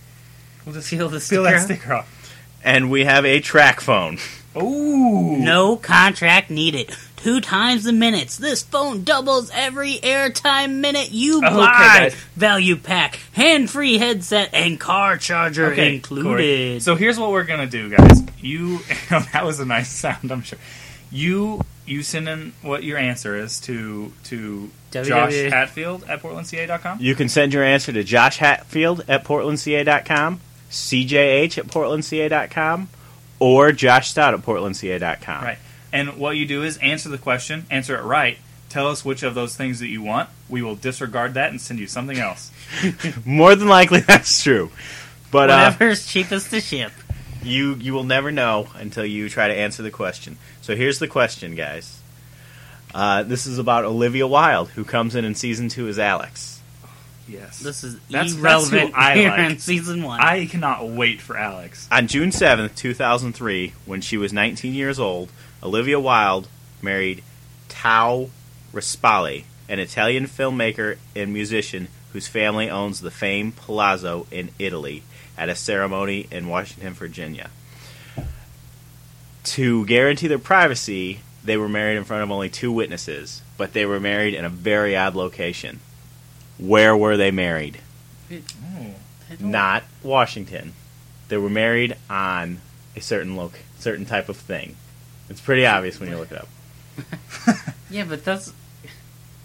Speaker 1: we'll just
Speaker 4: Peel the
Speaker 1: peel that
Speaker 4: sticker
Speaker 1: sticker off.
Speaker 2: And we have a track phone.
Speaker 1: Ooh,
Speaker 4: No contract needed. Two times the minutes. This phone doubles every airtime minute you
Speaker 1: Okay,
Speaker 4: buy.
Speaker 1: guys.
Speaker 4: Value pack, hand-free headset, and car charger
Speaker 1: Okay, Corey.
Speaker 4: included.
Speaker 1: So here's what we're gonna do, guys. You <laughs> oh, that was a nice sound, I'm sure. You you send in what your answer is to to Josh
Speaker 4: WWF.
Speaker 1: Hatfield at portlandca.com.
Speaker 2: You can send your answer to Josh Hatfield at portlandca.com, CJH at portlandca.com, or Josh Stout at portlandca.com.
Speaker 1: Right. And what you do is answer the question, answer it right. Tell us which of those things that you want. We will disregard that and send you something else.
Speaker 2: More than likely, <laughs> that's true. But uh,
Speaker 4: Whatever's cheapest to ship.
Speaker 2: you you will never know until you try to answer the question. So here's the question, guys. Uh, this is about Olivia Wilde, who comes in in season two as Alex.
Speaker 1: Yes.
Speaker 4: This is
Speaker 1: That's- that's who
Speaker 4: irrelevant
Speaker 1: I
Speaker 4: here
Speaker 1: like.
Speaker 4: in season one.
Speaker 1: I cannot wait for Alex.
Speaker 2: On June 7th, 2003, when she was 19 years old, Olivia Wilde married Tao Rispoli, an Italian filmmaker and musician whose family owns the famed Palazzo in Italy, at a ceremony in Washington, Virginia. To guarantee their privacy, they were married in front of only two witnesses, but they were married in a very odd location. Where were they married?
Speaker 1: Oh.
Speaker 4: I don't-
Speaker 2: Not Washington. They were married on a certain look, certain type of thing. It's pretty obvious when you look it up.
Speaker 4: Yeah, but that's.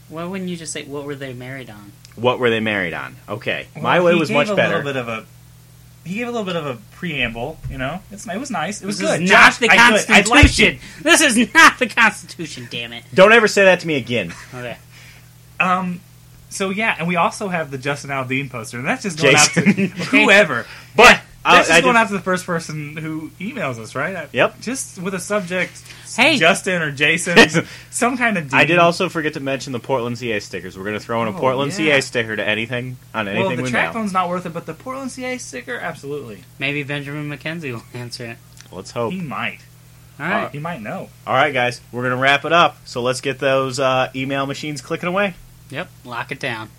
Speaker 4: Why wouldn't you just say what were they married on?
Speaker 2: What were they married on? Okay,
Speaker 1: Well,
Speaker 2: my way
Speaker 1: he
Speaker 2: was
Speaker 1: gave
Speaker 2: much
Speaker 1: a
Speaker 2: better.
Speaker 1: Little bit of a, he gave a little bit of a preamble. You know, it's it was nice. It was
Speaker 4: this
Speaker 1: good.
Speaker 4: is
Speaker 1: Josh,
Speaker 4: not the
Speaker 1: I do it. I liked
Speaker 4: Constitution. This is not the Constitution. Damn it.
Speaker 2: Don't ever say that to me
Speaker 1: <laughs>
Speaker 2: again.
Speaker 4: Okay.
Speaker 1: it. Um. So yeah, and we also have the Justin Aldean poster, and that's just going out to
Speaker 2: Jason. <laughs>
Speaker 1: <laughs> whoever.
Speaker 2: But I-
Speaker 1: That's
Speaker 2: I
Speaker 1: just going
Speaker 2: did-
Speaker 1: out to the first person who emails us, right? I-
Speaker 2: Yep.
Speaker 1: Just with a subject,
Speaker 4: Hey.
Speaker 1: Justin or Jason, some kind of. Dean.
Speaker 2: I did also forget to mention the Portland CA stickers. We're going to throw in a
Speaker 1: Oh,
Speaker 2: Portland
Speaker 1: yeah.
Speaker 2: CA sticker to anything on anything
Speaker 1: Well, the
Speaker 2: we
Speaker 1: track
Speaker 2: mail.
Speaker 1: phone's not worth it, but the Portland CA sticker, absolutely.
Speaker 4: Maybe Benjamin McKenzie will answer it.
Speaker 2: Let's hope.
Speaker 1: He might.
Speaker 4: All right.
Speaker 1: He might know.
Speaker 2: All right, guys, we're going to wrap it up. So let's get those uh, email machines clicking away.
Speaker 4: yep. Lock it down.